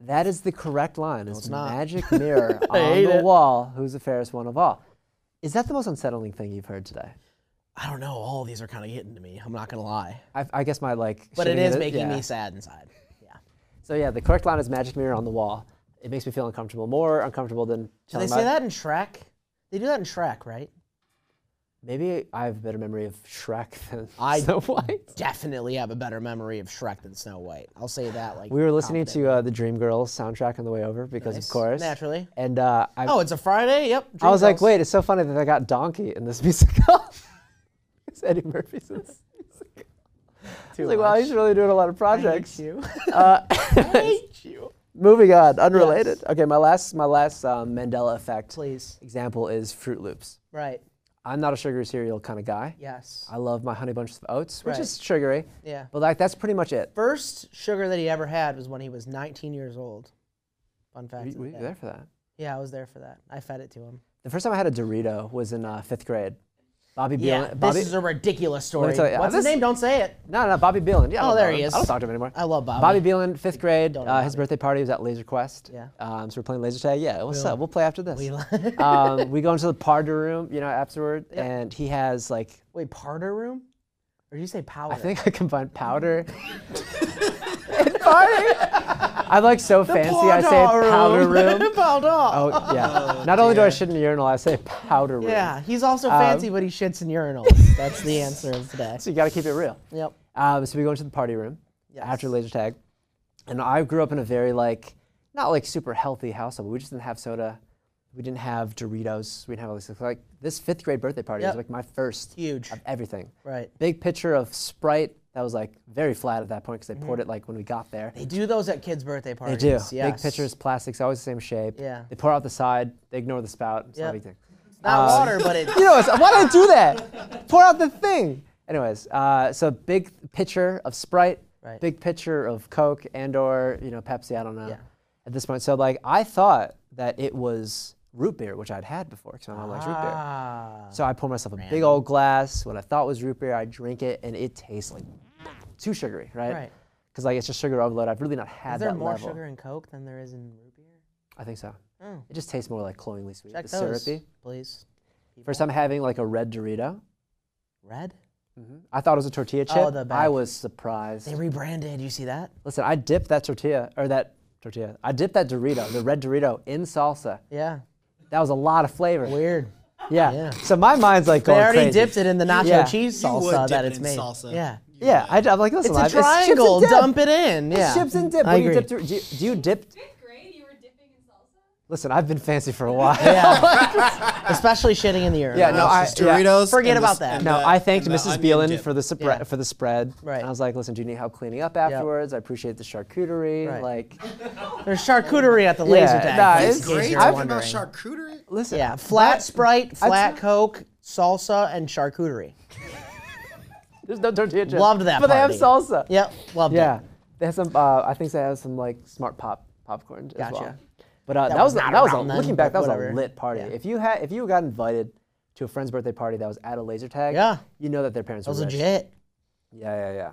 Speaker 1: That is the correct line. it's,
Speaker 2: not.
Speaker 1: magic mirror
Speaker 2: I
Speaker 1: on
Speaker 2: hate
Speaker 1: the
Speaker 2: it.
Speaker 1: wall. Who's the fairest one of all? Is that the most unsettling thing you've heard today?
Speaker 2: I don't know. All of these are kind of hitting to me. I'm not gonna lie,
Speaker 1: I, I guess my like.
Speaker 2: but it
Speaker 1: shitting
Speaker 2: is
Speaker 1: it-
Speaker 2: making
Speaker 1: yeah.
Speaker 2: me sad inside. Yeah.
Speaker 1: So yeah, the correct line is magic mirror on the wall. It makes me feel uncomfortable, more uncomfortable than.
Speaker 2: Do they
Speaker 1: telling
Speaker 2: say
Speaker 1: my-
Speaker 2: that in Shrek? They do that in Shrek, right?
Speaker 1: Maybe I have a better memory of Shrek than
Speaker 2: I-
Speaker 1: Snow White.
Speaker 2: Definitely have a better memory of Shrek than Snow White. I'll say that. Like
Speaker 1: We were listening to uh, the Dreamgirls soundtrack on the way over because,
Speaker 2: Nice.
Speaker 1: of course,
Speaker 2: Naturally.
Speaker 1: And uh, I,
Speaker 2: Oh, it's a Friday. Yep.
Speaker 1: I was like,
Speaker 2: Dreamgirls.
Speaker 1: wait, it's so funny that I got Donkey in this musical. it's Eddie Murphy's in this musical. I was like, wow, he's really doing a lot of projects. Uh,
Speaker 2: you.
Speaker 1: Moving on, unrelated. Okay, my last, my last um, Mandela effect
Speaker 2: Please.
Speaker 1: example is Fruit Loops.
Speaker 2: Right.
Speaker 1: I'm not a sugary cereal kind of guy.
Speaker 2: Yes.
Speaker 1: I love my Honey Bunches of Oats, which
Speaker 2: Right.
Speaker 1: is sugary.
Speaker 2: Yeah.
Speaker 1: But like, that's pretty much it.
Speaker 2: First sugar that he ever had was when he was 19 years old. Fun fact.
Speaker 1: Were
Speaker 2: of
Speaker 1: you
Speaker 2: the
Speaker 1: were you
Speaker 2: day.
Speaker 1: there for that?
Speaker 2: Yeah, I was there for that. I fed it to him.
Speaker 1: The first time I had a Dorito was in uh, fifth grade. Bobby
Speaker 2: Yeah.
Speaker 1: Beale. Bobby,
Speaker 2: this is a ridiculous
Speaker 1: me
Speaker 2: story.
Speaker 1: tell you,
Speaker 2: What's his
Speaker 1: this-
Speaker 2: name? Don't say it.
Speaker 1: No, no, Bobby Beelan. Yeah, I
Speaker 2: Oh,
Speaker 1: don't
Speaker 2: there
Speaker 1: know
Speaker 2: he
Speaker 1: him.
Speaker 2: is.
Speaker 1: I don't talk to him anymore.
Speaker 2: I love Bobby.
Speaker 1: Bobby Beelan, fifth grade.
Speaker 2: Don't know
Speaker 1: Uh, his
Speaker 2: Bobby.
Speaker 1: birthday party was at Laser Quest.
Speaker 2: Yeah.
Speaker 1: Um, so we're playing laser tag. Yeah, what's up? We'll play after this. We,
Speaker 2: li-
Speaker 1: um, we go into the party room, you know, afterward, and he has like
Speaker 2: Wait, parter room? Or did you say powder?
Speaker 1: I think I combined powder. and party. I'm like so fancy. I say powder room.
Speaker 2: powder.
Speaker 1: Oh yeah. Not only do I shit in the urinal, I say powder room.
Speaker 2: Yeah, he's also
Speaker 1: Um,
Speaker 2: fancy, but he shits in urinals. That's the answer of today.
Speaker 1: So you got to keep it real.
Speaker 2: Yep.
Speaker 1: Um, so we go into the party room after
Speaker 2: Yes.
Speaker 1: laser tag, and I grew up in a very like not like super healthy household. We just didn't have soda, we didn't have Doritos, we didn't have all these things. Like this fifth grade birthday party
Speaker 2: Yep.
Speaker 1: was like my first
Speaker 2: Huge.
Speaker 1: of everything.
Speaker 2: Right.
Speaker 1: Big picture of Sprite that was like very flat at that point because they poured it like when we got there.
Speaker 2: Mm-hmm. They do those at kids' birthday
Speaker 1: They
Speaker 2: parties.
Speaker 1: do. Big
Speaker 2: yes.
Speaker 1: pitchers, plastics, always the same shape.
Speaker 2: Yeah.
Speaker 1: They pour out the side. They ignore the spout. It's not a
Speaker 2: Yep.
Speaker 1: big thing.
Speaker 2: Not
Speaker 1: Uh,
Speaker 2: water, but it.
Speaker 1: You know, it's, why did I do that? Pour out the thing. Anyways, uh, so big pitcher of Sprite,
Speaker 2: Right.
Speaker 1: big pitcher of Coke and or you know Pepsi. I don't know
Speaker 2: Yeah.
Speaker 1: at this point. So like I thought that it was root beer, which I'd had before because my mom likes root beer.
Speaker 2: Ah.
Speaker 1: So I pour myself a big old glass, what I thought was root beer. I drink it and it tastes like too sugary, right?
Speaker 2: Right.
Speaker 1: Because like it's just sugar overload. I've really not had
Speaker 2: Is there
Speaker 1: that
Speaker 2: more
Speaker 1: level.
Speaker 2: sugar in Coke than there is in root beer?
Speaker 1: I think so.
Speaker 2: Oh.
Speaker 1: It just tastes more like cloyingly sweet.
Speaker 2: Check
Speaker 1: it's
Speaker 2: those,
Speaker 1: syrupy.
Speaker 2: please.
Speaker 1: First time having like a red Dorito.
Speaker 2: Red.
Speaker 1: I thought it was a tortilla chip.
Speaker 2: Oh, the
Speaker 1: I
Speaker 2: bag.
Speaker 1: was surprised.
Speaker 2: They rebranded. You see that?
Speaker 1: Listen, I dipped that tortilla or that tortilla. I dipped that Dorito, the red Dorito, in salsa.
Speaker 2: Yeah.
Speaker 1: That was a lot of flavor.
Speaker 2: Weird.
Speaker 1: Yeah.
Speaker 2: yeah.
Speaker 1: So my mind's like
Speaker 2: They
Speaker 1: going
Speaker 2: already
Speaker 1: crazy.
Speaker 2: dipped it in the nacho
Speaker 1: Yeah.
Speaker 2: cheese
Speaker 3: You would
Speaker 2: salsa
Speaker 3: dip
Speaker 2: that
Speaker 3: it
Speaker 2: it's
Speaker 3: in
Speaker 2: made.
Speaker 3: salsa.
Speaker 2: Yeah.
Speaker 1: Yeah, I, am like, listen,
Speaker 2: It's a
Speaker 1: Live, chips and
Speaker 2: triangle.
Speaker 1: dip.
Speaker 2: Dump it in. Yeah.
Speaker 1: Chips and dip.
Speaker 2: I
Speaker 1: What do you
Speaker 2: agree.
Speaker 1: dip? to- Do you, do you dip?
Speaker 5: Fifth grade, you were dipping in salsa.
Speaker 1: Listen, I've been fancy for a while.
Speaker 2: Yeah. Especially shitting in the earth.
Speaker 1: Yeah, no, I-
Speaker 3: It's Doritos.
Speaker 2: Forget
Speaker 3: and the-
Speaker 2: about that.
Speaker 3: and
Speaker 1: No,
Speaker 3: the-
Speaker 1: I thanked
Speaker 3: and the
Speaker 1: Mrs.
Speaker 3: onion
Speaker 1: Beelan
Speaker 3: dip.
Speaker 1: for the spread.
Speaker 2: Yeah.
Speaker 1: For the spread,
Speaker 2: Right.
Speaker 1: And I was like, "Listen, do you need help cleaning up afterwards? I appreciate the charcuterie.
Speaker 2: Right.
Speaker 1: Like,
Speaker 2: There's charcuterie at the laser tag.
Speaker 1: nah,
Speaker 2: in
Speaker 1: it's
Speaker 2: case
Speaker 1: great.
Speaker 2: you're
Speaker 1: I've
Speaker 3: Talking about
Speaker 2: wondering.
Speaker 3: charcuterie.
Speaker 1: listen,
Speaker 2: Yeah, flat
Speaker 1: that-
Speaker 2: Sprite, flat
Speaker 1: not-
Speaker 2: Coke, salsa, and charcuterie.
Speaker 1: There's no tortilla chips.
Speaker 2: Loved that
Speaker 1: But they have
Speaker 2: party.
Speaker 1: salsa.
Speaker 2: Yep, loved
Speaker 1: Yeah,
Speaker 2: it.
Speaker 1: they have some. Uh, I think they have some like smart pop popcorn as
Speaker 2: Gotcha.
Speaker 1: well. But uh, that,
Speaker 2: That
Speaker 1: was
Speaker 2: was
Speaker 1: that
Speaker 2: not
Speaker 1: was a,
Speaker 2: around then,
Speaker 1: looking back.
Speaker 2: but
Speaker 1: That was
Speaker 2: whatever.
Speaker 1: a lit party.
Speaker 2: Yeah.
Speaker 1: If you had if you got invited to a friend's birthday party that was at a laser tag,
Speaker 2: Yeah.
Speaker 1: you know that their parents
Speaker 2: That was
Speaker 1: were rich.
Speaker 2: legit.
Speaker 1: Yeah, yeah, yeah.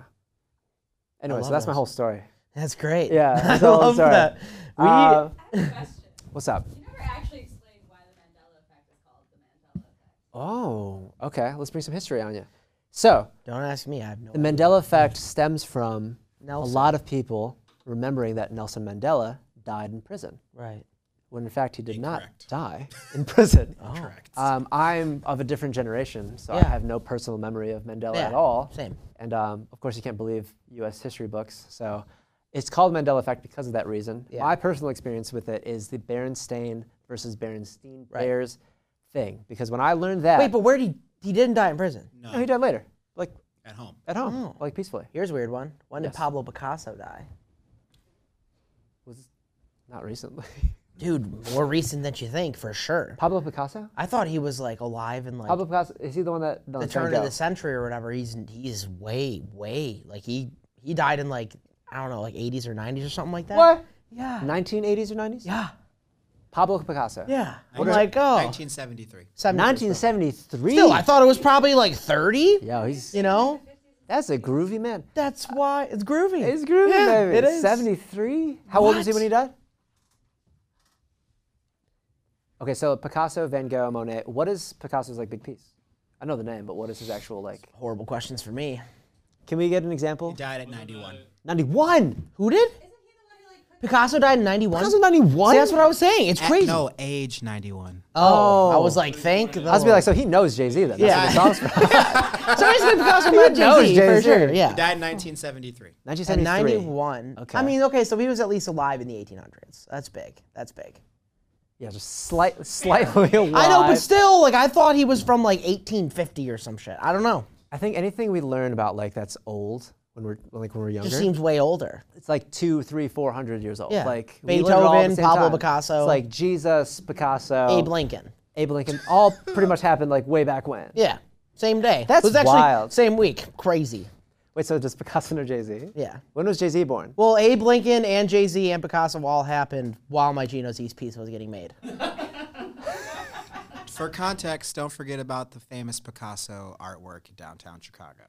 Speaker 1: Anyway, so
Speaker 2: love
Speaker 1: that's my
Speaker 2: those.
Speaker 1: whole story.
Speaker 2: That's great.
Speaker 1: Yeah,
Speaker 2: I
Speaker 1: that's all I'm
Speaker 2: love
Speaker 1: sorry.
Speaker 2: that. We,
Speaker 1: Uh,
Speaker 5: I have a question.
Speaker 1: what's up?
Speaker 5: You never actually explained why the Mandela effect is called the Mandela effect.
Speaker 1: Oh, okay. Let's bring some history on you. So
Speaker 2: don't ask me. I have no.
Speaker 1: the Mandela effect stems from
Speaker 2: Nelson.
Speaker 1: a lot of people remembering that Nelson Mandela died in prison,
Speaker 2: right.
Speaker 1: when in fact he did
Speaker 3: Incorrect.
Speaker 1: not die in prison.
Speaker 3: Correct.
Speaker 1: Um, I'm of a different generation, so I
Speaker 2: Yeah.
Speaker 1: have no personal memory of Mandela
Speaker 2: Yeah,
Speaker 1: at all.
Speaker 2: same.
Speaker 1: And um, of course, you can't believe U.S. history books. So it's called Mandela Effect because of that reason. My personal experience with it is the Berenstain versus Berenstein Bears thing. Because when I learned that,
Speaker 2: Wait, but where did he? He didn't die in prison.
Speaker 1: no, he died later, like
Speaker 3: At home.
Speaker 1: at home,
Speaker 2: Oh.
Speaker 1: like peacefully.
Speaker 2: Here's a weird one. When
Speaker 1: Yes.
Speaker 2: did Pablo Picasso die?
Speaker 1: Was not recently.
Speaker 2: Dude, more recent than you think, for sure.
Speaker 1: Pablo Picasso.
Speaker 2: I thought he was like alive in like
Speaker 1: Pablo Picasso is he the one that no,
Speaker 2: the
Speaker 1: it's Van
Speaker 2: turn of
Speaker 1: Gogh.
Speaker 2: the century or whatever. He's he's way way like he he died in like I don't know like 80s or 90s or something like that.
Speaker 1: What?
Speaker 2: Yeah.
Speaker 1: 1980s or 90s?
Speaker 2: yeah.
Speaker 1: Pablo Picasso.
Speaker 2: Yeah. I'm
Speaker 3: Nineteen-
Speaker 2: like, oh.
Speaker 3: 1973.
Speaker 2: 19.
Speaker 1: 1973.
Speaker 2: Still, I thought it was probably like 30.
Speaker 1: Yo, he's
Speaker 2: You know?
Speaker 1: that's a groovy man.
Speaker 2: That's why it's groovy.
Speaker 1: It's groovy,
Speaker 2: yeah,
Speaker 1: baby.
Speaker 2: It is.
Speaker 1: 73. How old was he
Speaker 2: What?
Speaker 1: when he died? Okay, so Picasso, Van Gogh, Monet. What is Picasso's like big piece? I know the name, but what is his actual like?
Speaker 2: Horrible questions for me.
Speaker 1: Can we get an example?
Speaker 3: Died at 91.
Speaker 1: 91.
Speaker 2: Who did?
Speaker 5: Isn't he the one who like put
Speaker 2: Picasso died in 91.
Speaker 1: Picasso 91.
Speaker 2: See, that's what I was saying. It's
Speaker 3: At-
Speaker 2: crazy.
Speaker 3: no, age 91.
Speaker 2: Oh, I
Speaker 1: Oh.
Speaker 2: was like, thank.
Speaker 1: I was be like, so he knows Jay Z then. That's what
Speaker 2: Yeah.
Speaker 1: it sounds like.
Speaker 2: so basically, Picasso met
Speaker 1: knows
Speaker 2: Jay Z for
Speaker 1: Jay-Z.
Speaker 2: sure. Yeah.
Speaker 3: Died in 1973.
Speaker 2: And
Speaker 1: 1973.
Speaker 2: 91.
Speaker 1: Okay.
Speaker 2: I mean, okay, so he was at least alive in the 1800s. That's big. That's big.
Speaker 1: Yeah, just slight, slightly alive.
Speaker 2: I know, but still, like, I thought he was from like 1850 or some shit. I don't know.
Speaker 1: I think anything we learn about like that's old when we're like when we're younger.
Speaker 2: Just seems way older.
Speaker 1: it's like two, three, four hundred years old.
Speaker 2: Yeah.
Speaker 1: Like we learn all at
Speaker 2: Beethoven,
Speaker 1: the same
Speaker 2: Pablo
Speaker 1: time.
Speaker 2: Picasso.
Speaker 1: It's like Jesus, Picasso,
Speaker 2: Abe Lincoln.
Speaker 1: Abe Lincoln, all pretty much happened like way back when.
Speaker 2: Yeah. Same day.
Speaker 1: That's
Speaker 2: it was actually
Speaker 1: wild.
Speaker 2: Same week. Crazy.
Speaker 1: Wait, so does Picasso know Jay Z?
Speaker 2: Yeah.
Speaker 1: When was Jay Z born?
Speaker 2: Well, Abe Lincoln and Jay Z and Picasso all happened while my Geno's East piece was getting made.
Speaker 3: For context, don't forget about the famous Picasso artwork in downtown Chicago.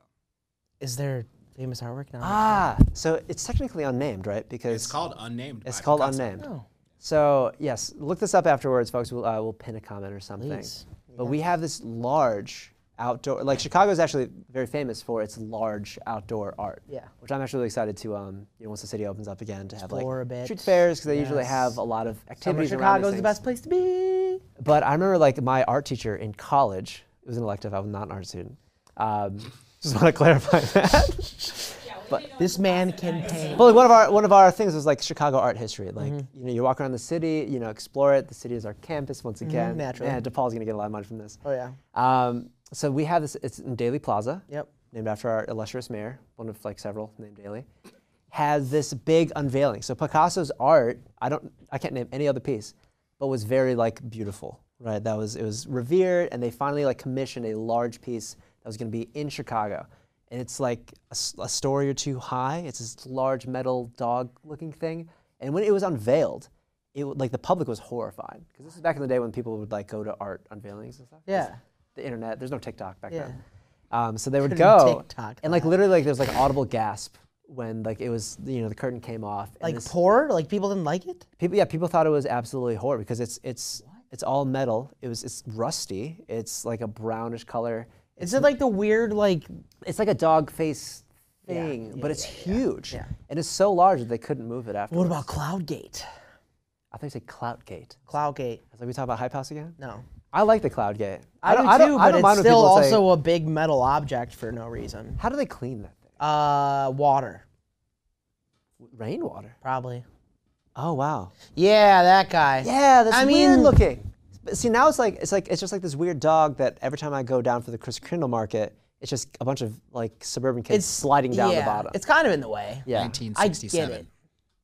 Speaker 2: Is there famous artwork now?
Speaker 1: Ah, so it's technically unnamed, right? Because
Speaker 3: It's called Unnamed.
Speaker 1: it's
Speaker 3: by
Speaker 1: called
Speaker 3: Picasso.
Speaker 1: unnamed.
Speaker 2: Oh.
Speaker 1: So yes, look this up afterwards, folks. We'll, uh, we'll pin a comment or something.
Speaker 2: Please.
Speaker 1: But we have this large outdoor. Like Chicago is actually very famous for its large outdoor art.
Speaker 2: Yeah.
Speaker 1: Which I'm actually really excited to. Um, you know, once the city opens up again, to have
Speaker 2: Explore a
Speaker 1: like
Speaker 2: bit.
Speaker 1: street fairs because they usually have
Speaker 2: Yes.
Speaker 1: a lot of
Speaker 2: Summer
Speaker 1: activities. around these
Speaker 2: Chicago's the
Speaker 1: things.
Speaker 2: best place to be.
Speaker 1: But I remember like my art teacher in college. It was an elective. I was not an art student. Um, just want to clarify that.
Speaker 2: This man can paint.
Speaker 1: Well, like one of our one of our things was like Chicago art history. Like you know, you walk around the city, you know, explore it. The city is our campus once again.
Speaker 2: naturally.
Speaker 1: Oh, Man, DePaul's gonna get a lot of money from this.
Speaker 2: Oh yeah.
Speaker 1: Um, so we have this. It's in Daly Plaza.
Speaker 2: Yep.
Speaker 1: named after our illustrious mayor, one of like several named Daly, had this big unveiling. So Picasso's art, I don't, I can't name any other piece, but was very like beautiful, right? That was it was revered, and they finally like commissioned a large piece that was going to be in Chicago, and it's like a, s- a story or two high. It's this large metal dog-looking thing, and when it was unveiled. It, w- like the public was horrified because this is back in the day when people would like go to art unveilings and stuff. 'cause
Speaker 2: Yeah.
Speaker 1: the internet. There's no TikTok back
Speaker 2: Yeah.
Speaker 1: then. Um, so they would
Speaker 2: Couldn't
Speaker 1: go
Speaker 2: TikTok
Speaker 1: and like
Speaker 2: that.
Speaker 1: literally like there's like audible gasp when like it was you know the curtain came off. And
Speaker 2: Like
Speaker 1: this-
Speaker 2: poor? Like people didn't like it?
Speaker 1: people, yeah, people thought it was absolutely horrible because it's it's it's all metal. It was it's rusty. It's like a brownish color.
Speaker 2: Is it like the weird like
Speaker 1: It's like a dog face
Speaker 2: Yeah,
Speaker 1: thing,
Speaker 2: yeah,
Speaker 1: but it's huge
Speaker 2: yeah.
Speaker 1: and it's so large that they couldn't move it after.
Speaker 2: what about Cloudgate?
Speaker 1: I think it's a cloud gate.
Speaker 2: Cloudgate.
Speaker 1: It's Like we talk about hype house again.
Speaker 2: No.
Speaker 1: I like the cloud gate.
Speaker 2: I,
Speaker 1: don't,
Speaker 2: do
Speaker 1: I don't,
Speaker 2: too,
Speaker 1: I
Speaker 2: but
Speaker 1: don't
Speaker 2: it's
Speaker 1: mind when
Speaker 2: still
Speaker 1: people say,
Speaker 2: also a big metal object for no reason.
Speaker 1: How do they clean that thing?
Speaker 2: Uh water,
Speaker 1: Rainwater.
Speaker 2: probably.
Speaker 1: Oh wow.
Speaker 2: Yeah, that guy.
Speaker 1: Yeah, that's
Speaker 2: I
Speaker 1: weird
Speaker 2: mean-
Speaker 1: looking. But see, now it's like it's like it's just like this weird dog that every time I go down for the Chris Kringle market, it's just a bunch of like suburban kids sliding down
Speaker 2: yeah,
Speaker 1: the bottom.
Speaker 2: It's kind of in the way.
Speaker 1: yeah,
Speaker 2: I get it.
Speaker 3: 1967.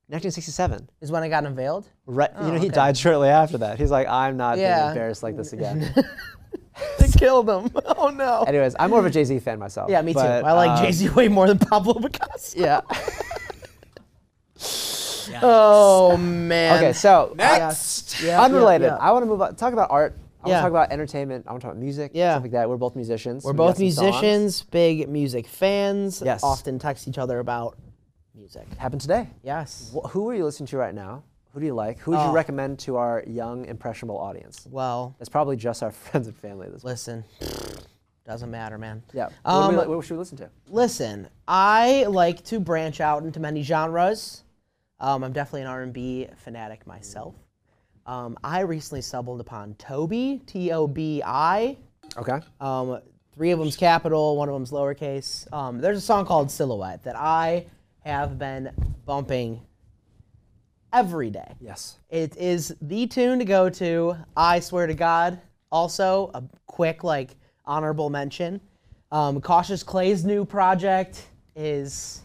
Speaker 1: nineteen sixty-seven.
Speaker 2: Is when I got unveiled.
Speaker 1: Right, you know, he
Speaker 2: Oh, okay.
Speaker 1: died shortly after that. He's like, I'm not being
Speaker 2: Yeah.
Speaker 1: embarrassed like this again.
Speaker 2: they killed him. Oh no.
Speaker 1: Anyways, I'm more of a Jay Z fan myself.
Speaker 2: yeah, me
Speaker 1: but,
Speaker 2: too. I like
Speaker 1: um,
Speaker 2: Jay Z way more than Pablo Picasso.
Speaker 1: Yeah.
Speaker 2: Oh man.
Speaker 1: okay, so
Speaker 3: Next.
Speaker 2: Yeah, yeah,
Speaker 1: unrelated.
Speaker 2: yeah.
Speaker 1: I want to move on. Talk about art. I
Speaker 2: Yeah.
Speaker 1: want to talk about entertainment. I want to talk about music.
Speaker 2: Yeah.
Speaker 1: stuff like that. We're both musicians.
Speaker 2: We're
Speaker 1: so we got
Speaker 2: both
Speaker 1: some songs.
Speaker 2: musicians, big music fans.
Speaker 1: Yes.
Speaker 2: Often text each other about music.
Speaker 1: Happened today.
Speaker 2: Yes.
Speaker 1: Wh- Who are you listening to right now? Who do you like? Who would
Speaker 2: Oh.
Speaker 1: you recommend to our young, impressionable audience?
Speaker 2: Well,
Speaker 1: That's probably just our friends and family at this point.
Speaker 2: listen. Doesn't matter, man.
Speaker 1: Yeah. what, do
Speaker 2: Um,
Speaker 1: we li- what should we listen to?
Speaker 2: Listen, I like to branch out into many genres. Um, I'm definitely an R&B fanatic myself. Um, I recently stumbled upon Toby, T-O-B-I.
Speaker 1: Okay.
Speaker 2: Um, three of them's capital, one of them's lowercase. Um, there's a song called Silhouette that I have been bumping every day.
Speaker 1: yes.
Speaker 2: It is the tune to go to. I swear to God. Also, a quick like honorable mention. Um, Cautious Clay's new project is,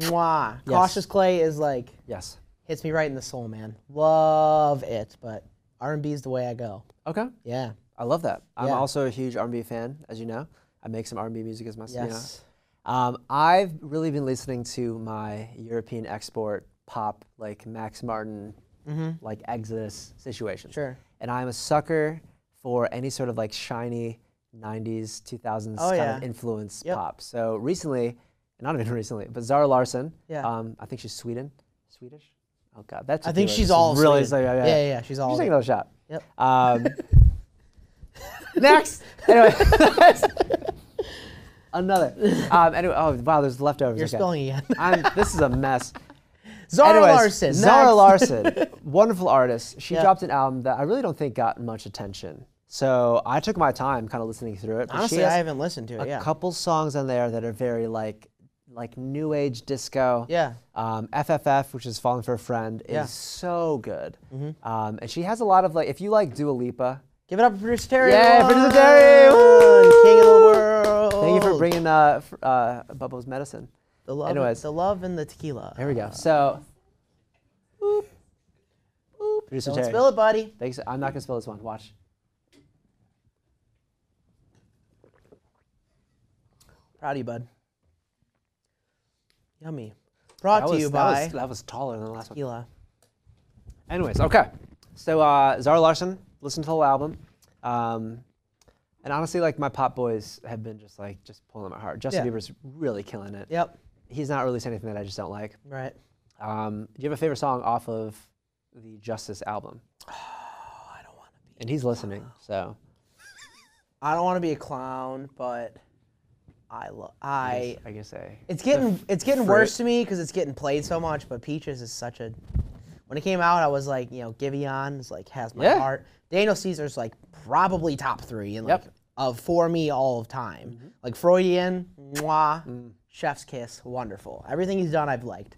Speaker 2: mwah. Cautious Clay is like
Speaker 1: Yes.
Speaker 2: hits me right in the soul, man. Love it, but R&B is the way I go.
Speaker 1: Okay.
Speaker 2: Yeah.
Speaker 1: I love that. I'm
Speaker 2: Yeah.
Speaker 1: also a huge R&B fan, as you know. I make some R&B music as myself.
Speaker 2: Yes.
Speaker 1: You know? um, I've really been listening to my European export pop, like Max Martin, like Exodus situation.
Speaker 2: Mm-hmm. Sure.
Speaker 1: And I'm a sucker for any sort of like shiny 90s, 2000s
Speaker 2: Oh,
Speaker 1: kind
Speaker 2: yeah.
Speaker 1: of influence
Speaker 2: Yep.
Speaker 1: pop. So recently, not even recently, but Zara Larsson.
Speaker 2: Yeah.
Speaker 1: Um, I think she's Sweden. Swedish? Oh God, that's
Speaker 2: I think she's all
Speaker 1: really
Speaker 2: Sweden.
Speaker 1: yeah,
Speaker 2: Yeah, yeah, yeah, she's all
Speaker 1: She's
Speaker 2: of
Speaker 1: taking
Speaker 2: it.
Speaker 1: another shot.
Speaker 2: Yep.
Speaker 1: Um, next. Anyway. another. Um, anyway. Oh wow, there's leftovers.
Speaker 2: You're
Speaker 1: okay.
Speaker 2: spelling again.
Speaker 1: I'm, this is a mess.
Speaker 2: Zara
Speaker 1: Anyways,
Speaker 2: Larson.
Speaker 1: Zara
Speaker 2: next.
Speaker 1: Larson, wonderful artist. She
Speaker 2: Yeah.
Speaker 1: dropped an album that I really don't think got much attention. So I took my time kind of listening through it. but she
Speaker 2: Honestly,
Speaker 1: has
Speaker 2: I haven't listened to it.
Speaker 1: a
Speaker 2: Yeah.
Speaker 1: couple songs on there that are very like like new age disco.
Speaker 2: Yeah.
Speaker 1: Um, FFF, which is Falling for a Friend,
Speaker 2: Yeah. Mm-hmm.
Speaker 1: is so good. Um, and she has a lot of like, if you like Dua Lipa,
Speaker 2: Give it up for producer Terry.
Speaker 1: Yeah, producer Terry,
Speaker 2: One, King of the
Speaker 1: woo!
Speaker 2: world.
Speaker 1: thank you for bringing uh, f- uh, Bubba's medicine.
Speaker 2: The love,
Speaker 1: Anyways.
Speaker 2: the love and the tequila.
Speaker 1: There we go. So, boop, boop. Producer
Speaker 2: Don't
Speaker 1: Terry.
Speaker 2: spill it, buddy.
Speaker 1: Thanks. I'm not gonna spill this one. Watch.
Speaker 2: Proud of you, bud. Yummy. Brought to
Speaker 1: was,
Speaker 2: you
Speaker 1: that,
Speaker 2: by
Speaker 1: was, that was taller than the last one.
Speaker 2: tequila.
Speaker 1: Anyways, okay. So uh, Zara Larson, listen to the whole album. Um, and honestly, like my pop boys have been just like just pulling at my heart. Justin
Speaker 2: Yeah.
Speaker 1: Bieber's really killing it.
Speaker 2: Yep.
Speaker 1: He's not released anything that I just don't like.
Speaker 2: Right.
Speaker 1: Um, do you have a favorite song off of the Justice album?
Speaker 2: Oh, I don't want to be.
Speaker 1: And he's listening, so
Speaker 2: I don't want to be a clown, but I love. I.
Speaker 1: I guess I.
Speaker 2: It's getting it's getting worse to me because it's getting played so much. But Peaches is such a. When it came out, I was like, you know, Giveon is like has my
Speaker 1: Yeah.
Speaker 2: heart. Daniel Caesar's like probably top three and like
Speaker 1: Yep. Mm-hmm.
Speaker 2: of for me all of time. Like Freudian, mwah,
Speaker 1: Mm.
Speaker 2: chef's kiss, wonderful. Everything he's done, I've liked.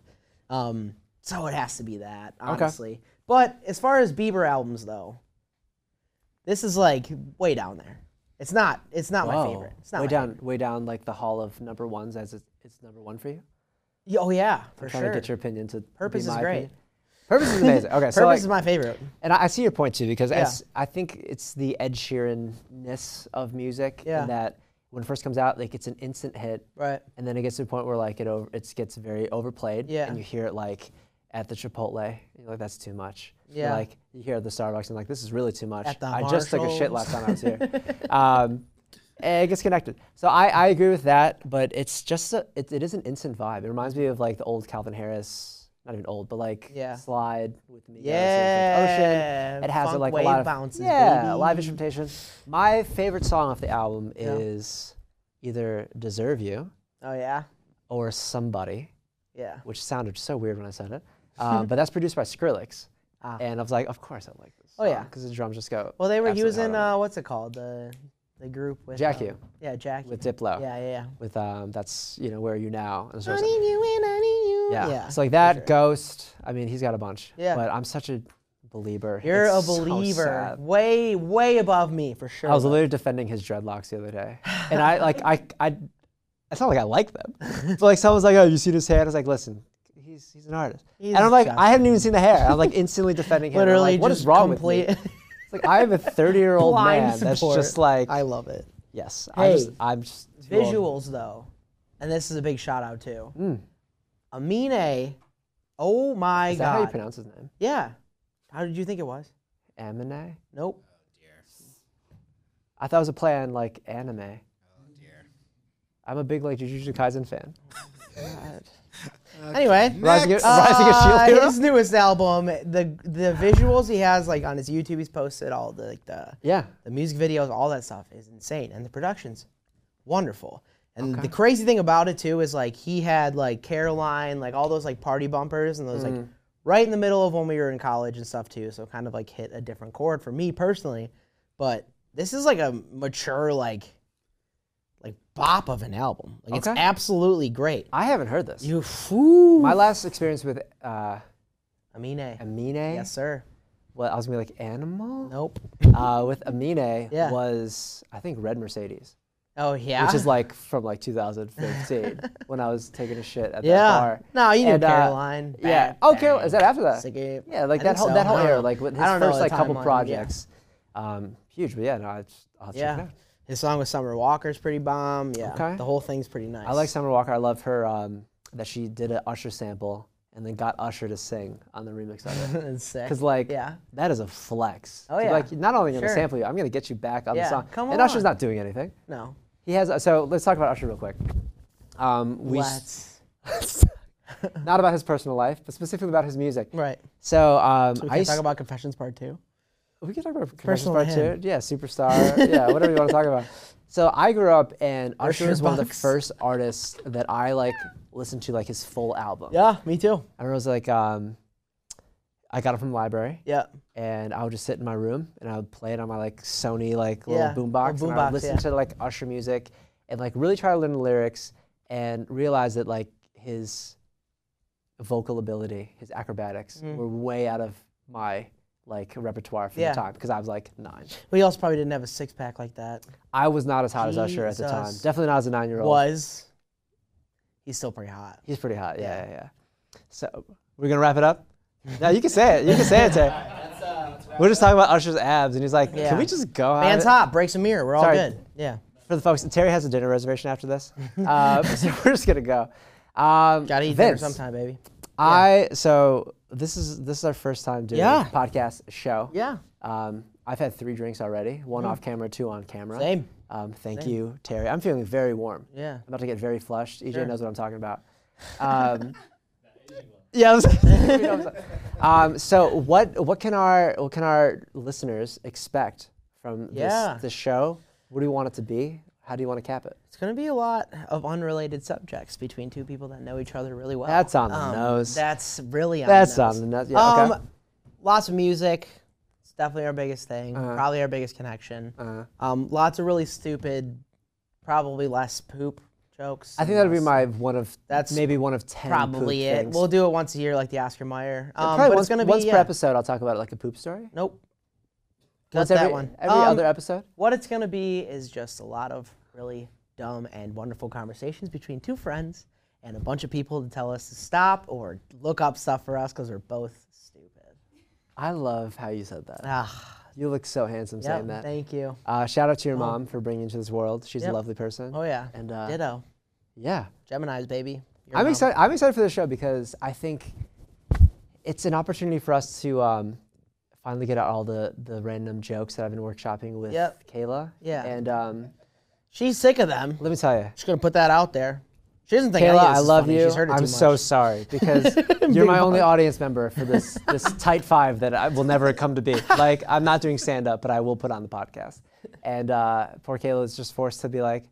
Speaker 2: Um, so it has to be that honestly. But as far as Bieber albums though, this is like way down there. It's not. It's not
Speaker 1: Whoa.
Speaker 2: my favorite. It's not
Speaker 1: way
Speaker 2: my
Speaker 1: down, way down, like the hall of number ones as it's, it's number one for you.
Speaker 2: favorite. Yeah, Oh yeah, for
Speaker 1: Trying
Speaker 2: sure.
Speaker 1: to get your opinion to be
Speaker 2: Purpose is
Speaker 1: my
Speaker 2: great.
Speaker 1: opinion. Purpose is amazing. Okay, so
Speaker 2: Purpose
Speaker 1: like,
Speaker 2: is my favorite.
Speaker 1: And I, I see your point too, because
Speaker 2: Yeah.
Speaker 1: as, I think it's the Ed Sheeran-ness of music in
Speaker 2: Yeah.
Speaker 1: that when it first comes out, like it's an instant hit,
Speaker 2: Right.
Speaker 1: and then it gets to the point where like it over, it gets very overplayed,
Speaker 2: Yeah.
Speaker 1: and you hear it like at the Chipotle, and you're like that's too much. You're
Speaker 2: Yeah.
Speaker 1: like you hear it at the Starbucks, and like this is really too much.
Speaker 2: At the
Speaker 1: I just took a shit
Speaker 2: Marshalls.
Speaker 1: last time I was here. um, and it gets connected. So I, I agree with that, but it's just a, it, it is an instant vibe. It reminds me of like the old Calvin Harris, not even old, but like
Speaker 2: Yeah.
Speaker 1: slide with me. Ocean.
Speaker 2: Yeah,
Speaker 1: It has
Speaker 2: funk
Speaker 1: like a
Speaker 2: wave
Speaker 1: lot of
Speaker 2: bounces,
Speaker 1: yeah, live
Speaker 2: baby.
Speaker 1: instrumentation. My favorite song off the album is either "Deserve You"
Speaker 2: Oh yeah.
Speaker 1: or "Somebody,"
Speaker 2: Yeah.
Speaker 1: which sounded so weird when I said it, uh, but that's produced by Skrillex,
Speaker 2: Ah.
Speaker 1: and I was like, of course I like this.
Speaker 2: Oh, yeah.
Speaker 1: because the drums just go.
Speaker 2: Well, they were
Speaker 1: absolutely
Speaker 2: using
Speaker 1: hard on
Speaker 2: uh, what's it called the the group with
Speaker 1: Jack
Speaker 2: um,
Speaker 1: U.
Speaker 2: Yeah, Jack.
Speaker 1: it.
Speaker 2: U.
Speaker 1: with Diplo.
Speaker 2: yeah, yeah, yeah.
Speaker 1: With um, that's you know where are you now? And so
Speaker 2: I
Speaker 1: it's like-
Speaker 2: need you and I need you.
Speaker 1: yeah.
Speaker 2: yeah.
Speaker 1: So like that Ghost. I mean, he's got a bunch.
Speaker 2: Yeah.
Speaker 1: But I'm such a believer.
Speaker 2: You're
Speaker 1: It's
Speaker 2: a
Speaker 1: so
Speaker 2: believer,
Speaker 1: sad.
Speaker 2: way, way above me for sure.
Speaker 1: I was literally defending his dreadlocks the other day, and I like I I. It's not like I like them, but like someone's like, "Oh, you seen his hair?" I was like, "Listen, he's he's an artist," and I'm
Speaker 2: He's
Speaker 1: like,
Speaker 2: just-
Speaker 1: "I haven't even seen the hair." I'm like instantly defending him. I'm
Speaker 2: literally
Speaker 1: like, what
Speaker 2: just
Speaker 1: is wrong
Speaker 2: complete
Speaker 1: with me? It's like I am a 30 year old
Speaker 2: blind
Speaker 1: man that's
Speaker 2: support.
Speaker 1: just like,
Speaker 2: I love it.
Speaker 1: yes, I'm just,
Speaker 2: Hey,
Speaker 1: I'm just too Hmm. old.
Speaker 2: Visuals though, and this is a big shout out too. Amine, oh my
Speaker 1: Is that
Speaker 2: god.
Speaker 1: how you pronounce his name?
Speaker 2: Yeah. How did you think it was?
Speaker 1: Amine?
Speaker 2: Nope.
Speaker 1: I thought it was a play on like anime. Oh dear. I'm a big like Jujutsu Kaisen fan.
Speaker 2: Anyway,
Speaker 1: Rising,
Speaker 3: Next.
Speaker 1: Rising of Shield
Speaker 2: uh,
Speaker 1: Hero?
Speaker 2: his newest album, the the visuals he has like on his YouTube, he's posted all the like the
Speaker 1: Yeah.
Speaker 2: the music videos, all that stuff is insane, and the productions, wonderful. And the crazy thing about it too is like he had like Caroline, like all those like party bumpers, and those like
Speaker 1: Mm.
Speaker 2: right in the middle of when we were in college and stuff too. So kind of like hit a different chord for me personally, but this is like a mature like like bop of an album. Like it's
Speaker 1: Okay.
Speaker 2: absolutely great.
Speaker 1: I haven't heard this.
Speaker 2: You fool.
Speaker 1: My last experience with uh,
Speaker 2: Amine.
Speaker 1: Amine.
Speaker 2: Yes, sir.
Speaker 1: Well, I was gonna be like animal.
Speaker 2: Nope.
Speaker 1: Uh, with Amine
Speaker 2: Yeah.
Speaker 1: was I think Red Mercedes,
Speaker 2: Oh yeah.
Speaker 1: which is like from like 2015 when I was taking a shit at that
Speaker 2: yeah.
Speaker 1: bar.
Speaker 2: No, you knew
Speaker 1: And, uh,
Speaker 2: Caroline.
Speaker 1: yeah.
Speaker 2: Bad
Speaker 1: Oh, Carol,
Speaker 2: Bang.
Speaker 1: is that after that?
Speaker 2: Sick Ape.
Speaker 1: Yeah, like
Speaker 2: I
Speaker 1: that
Speaker 2: think
Speaker 1: whole
Speaker 2: so.
Speaker 1: that whole
Speaker 2: I don't
Speaker 1: era,
Speaker 2: know.
Speaker 1: like with his
Speaker 2: I don't know
Speaker 1: first
Speaker 2: the
Speaker 1: like couple
Speaker 2: timeline, yeah.
Speaker 1: projects, um, huge. But yeah, no, I just, I'll check it
Speaker 2: Yeah.
Speaker 1: out.
Speaker 2: His song with Summer Walker's pretty bomb. Yeah.
Speaker 1: Okay.
Speaker 2: The whole thing's pretty nice.
Speaker 1: I like Summer Walker. I love her um, that she did an Usher sample and then got Usher to sing on the remix of it.
Speaker 2: It's sick.
Speaker 1: Because like
Speaker 2: Yeah.
Speaker 1: that is a flex.
Speaker 2: Oh,
Speaker 1: To be
Speaker 2: yeah.
Speaker 1: Like not only am I gonna
Speaker 2: Sure.
Speaker 1: sample you, I'm gonna get you back on the
Speaker 2: Yeah,
Speaker 1: song.
Speaker 2: come
Speaker 1: and Usher's
Speaker 2: on.
Speaker 1: not doing anything.
Speaker 2: No.
Speaker 1: He has. So let's talk about Usher real quick. Um, we s-
Speaker 2: Let's.
Speaker 1: not about his personal life, but specifically about his music.
Speaker 2: Right.
Speaker 1: So um,
Speaker 2: We
Speaker 1: I
Speaker 2: can
Speaker 1: used,
Speaker 2: talk about Confessions Part Two.
Speaker 1: we can talk about personal
Speaker 2: Personal
Speaker 1: part
Speaker 2: him.
Speaker 1: too. Yeah, superstar. yeah, whatever you want to talk about. So I grew up, and Usher
Speaker 2: Usher
Speaker 1: was one of the
Speaker 2: box.
Speaker 1: first artists that I like listened to like his full album.
Speaker 2: Yeah, me too.
Speaker 1: I remember it was like um, I got it from the library,
Speaker 2: Yeah.
Speaker 1: and I would just sit in my room and I would play it on my like Sony like little
Speaker 2: Yeah, little
Speaker 1: boombox, and I
Speaker 2: boombox,
Speaker 1: would listen
Speaker 2: yeah.
Speaker 1: to like Usher music and like really try to learn the lyrics and realize that like his vocal ability, his acrobatics were way out of my like repertoire for
Speaker 2: Mm. Yeah.
Speaker 1: the time because I was like nine.
Speaker 2: We also probably didn't have a six pack like that.
Speaker 1: I was not as hot as Usher at the time.
Speaker 2: Jesus.
Speaker 1: Definitely not as a nine year old.
Speaker 2: Was. He's still pretty hot.
Speaker 1: He's pretty hot. Yeah, yeah, yeah. So we're gonna wrap it up. No, you can say it. You can say it, Terry. We're just talking about Usher's abs, and he's like,
Speaker 2: Yeah.
Speaker 1: "Can we just go?" on
Speaker 2: Man's
Speaker 1: it?"
Speaker 2: hot. Breaks a mirror. We're all
Speaker 1: Sorry.
Speaker 2: good. Yeah.
Speaker 1: For the folks, Terry has a dinner reservation after this, uh, so we're just gonna go. Um,
Speaker 2: Gotta eat dinner
Speaker 1: Vince,
Speaker 2: sometime, baby.
Speaker 1: I so this is this is our first time doing
Speaker 2: Yeah.
Speaker 1: a podcast show.
Speaker 2: Yeah.
Speaker 1: Um, I've had three drinks already. One off camera, two on camera.
Speaker 2: Same.
Speaker 1: Um, thank you, Terry. I'm feeling very warm.
Speaker 2: Yeah.
Speaker 1: I'm about to get very flushed. EJ knows what I'm talking about. Um, yeah. I was- you know what I'm saying. um, so what what can our what can our listeners expect from
Speaker 2: Yeah.
Speaker 1: this this show? What do you want it to be? How do you want to cap it?
Speaker 2: It's gonna be a lot of unrelated subjects between two people that know each other really well. Um,
Speaker 1: That's on the nose.
Speaker 2: That's um, really on
Speaker 1: That's
Speaker 2: the nose.
Speaker 1: on the nose. Yeah, okay.
Speaker 2: Lots of music. It's definitely our biggest thing.
Speaker 1: Uh-huh.
Speaker 2: Probably our biggest connection. Um, lots of really stupid, probably less poop jokes.
Speaker 1: I think that'd be my one of
Speaker 2: That's
Speaker 1: maybe one of ten poop
Speaker 2: probably it.
Speaker 1: things.
Speaker 2: We'll do it once a year, like the Oscar Mayer. Um,
Speaker 1: Probably
Speaker 2: but
Speaker 1: once,
Speaker 2: it's gonna be
Speaker 1: once
Speaker 2: yeah.
Speaker 1: per episode. I'll talk about like a poop story.
Speaker 2: Nope.
Speaker 1: What's
Speaker 2: Got that
Speaker 1: every,
Speaker 2: one.
Speaker 1: Every
Speaker 2: Um,
Speaker 1: other episode.
Speaker 2: What it's going to be is just a lot of really dumb and wonderful conversations between two friends and a bunch of people to tell us to stop or look up stuff for us because we're both stupid.
Speaker 1: I love how you said that.
Speaker 2: Ah,
Speaker 1: You look so handsome
Speaker 2: yeah,
Speaker 1: saying that.
Speaker 2: thank you.
Speaker 1: Uh, shout out to your mom for bringing you to this world. She's a
Speaker 2: Yep.
Speaker 1: lovely person.
Speaker 2: Oh, yeah.
Speaker 1: And uh,
Speaker 2: Ditto.
Speaker 1: yeah,
Speaker 2: Gemini's, baby. Your
Speaker 1: I'm
Speaker 2: mom.
Speaker 1: excited. I'm excited for the show because I think it's an opportunity for us to um, finally get out all the the random jokes that I've been workshopping with
Speaker 2: Yep.
Speaker 1: Kayla.
Speaker 2: Yeah.
Speaker 1: And um,
Speaker 2: She's sick of them.
Speaker 1: let me tell you,
Speaker 2: Just going to put that out there. She doesn't think
Speaker 1: Kayla,
Speaker 2: any of
Speaker 1: I
Speaker 2: this is
Speaker 1: love
Speaker 2: funny.
Speaker 1: you.
Speaker 2: She's heard it
Speaker 1: I'm
Speaker 2: too
Speaker 1: so
Speaker 2: much.
Speaker 1: sorry because you're my only audience member for this this tight five that I will never come to be. Like I'm not doing stand up, but I will put on the podcast. And uh, poor Kayla is just forced to be like,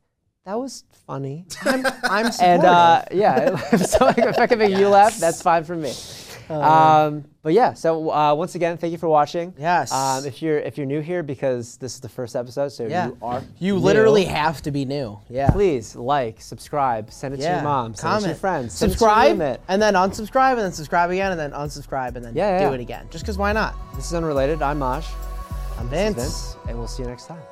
Speaker 1: "That was funny,"
Speaker 2: I'm, I'm supportive.
Speaker 1: and uh, yeah, so like, if I can make you laugh, that's fine for me.
Speaker 2: Uh,
Speaker 1: Um, but yeah, so uh, once again, thank you for watching.
Speaker 2: Yes.
Speaker 1: Um, if you're if you're new here because this is the first episode, so
Speaker 2: Yeah.
Speaker 1: you are
Speaker 2: you
Speaker 1: new,
Speaker 2: literally have to be new. Yeah.
Speaker 1: please like, subscribe, send it to your mom, send it to your friends, send It to
Speaker 2: subscribe,
Speaker 1: your roommate.
Speaker 2: and then unsubscribe, and then subscribe again, and then unsubscribe, and then
Speaker 1: Yeah,
Speaker 2: do
Speaker 1: yeah.
Speaker 2: it again. Just because why not?
Speaker 1: This is unrelated. I'm Mosh.
Speaker 2: I'm
Speaker 1: This is
Speaker 2: Vince.
Speaker 1: Vince, and we'll see you next time.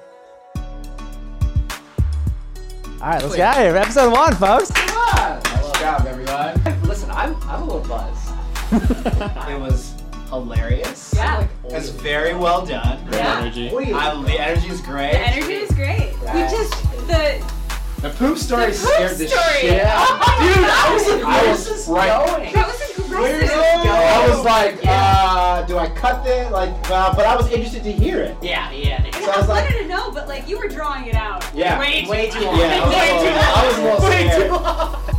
Speaker 1: All right, let's get out of here. Episode one, folks.
Speaker 6: Good job, everyone.
Speaker 1: Listen, I'm I'm a little buzzed.
Speaker 6: It was hilarious.
Speaker 5: Yeah.
Speaker 6: It's very well done.
Speaker 5: energy.
Speaker 6: I, the energy is great.
Speaker 5: The energy is great. We just the
Speaker 6: The poop story
Speaker 5: The poop
Speaker 6: scared the
Speaker 5: story.
Speaker 6: shit out of me. Dude, I was like, I was right.
Speaker 5: that was aggressive.
Speaker 6: I was like, uh, do I cut this? Like, uh, but I was interested to hear it.
Speaker 5: Yeah, yeah.
Speaker 6: So I was
Speaker 5: I
Speaker 6: like-
Speaker 5: wanted to know, but like you were drawing it out.
Speaker 6: Yeah.
Speaker 5: Way too
Speaker 6: Yeah, I was, a little- I was a little scared.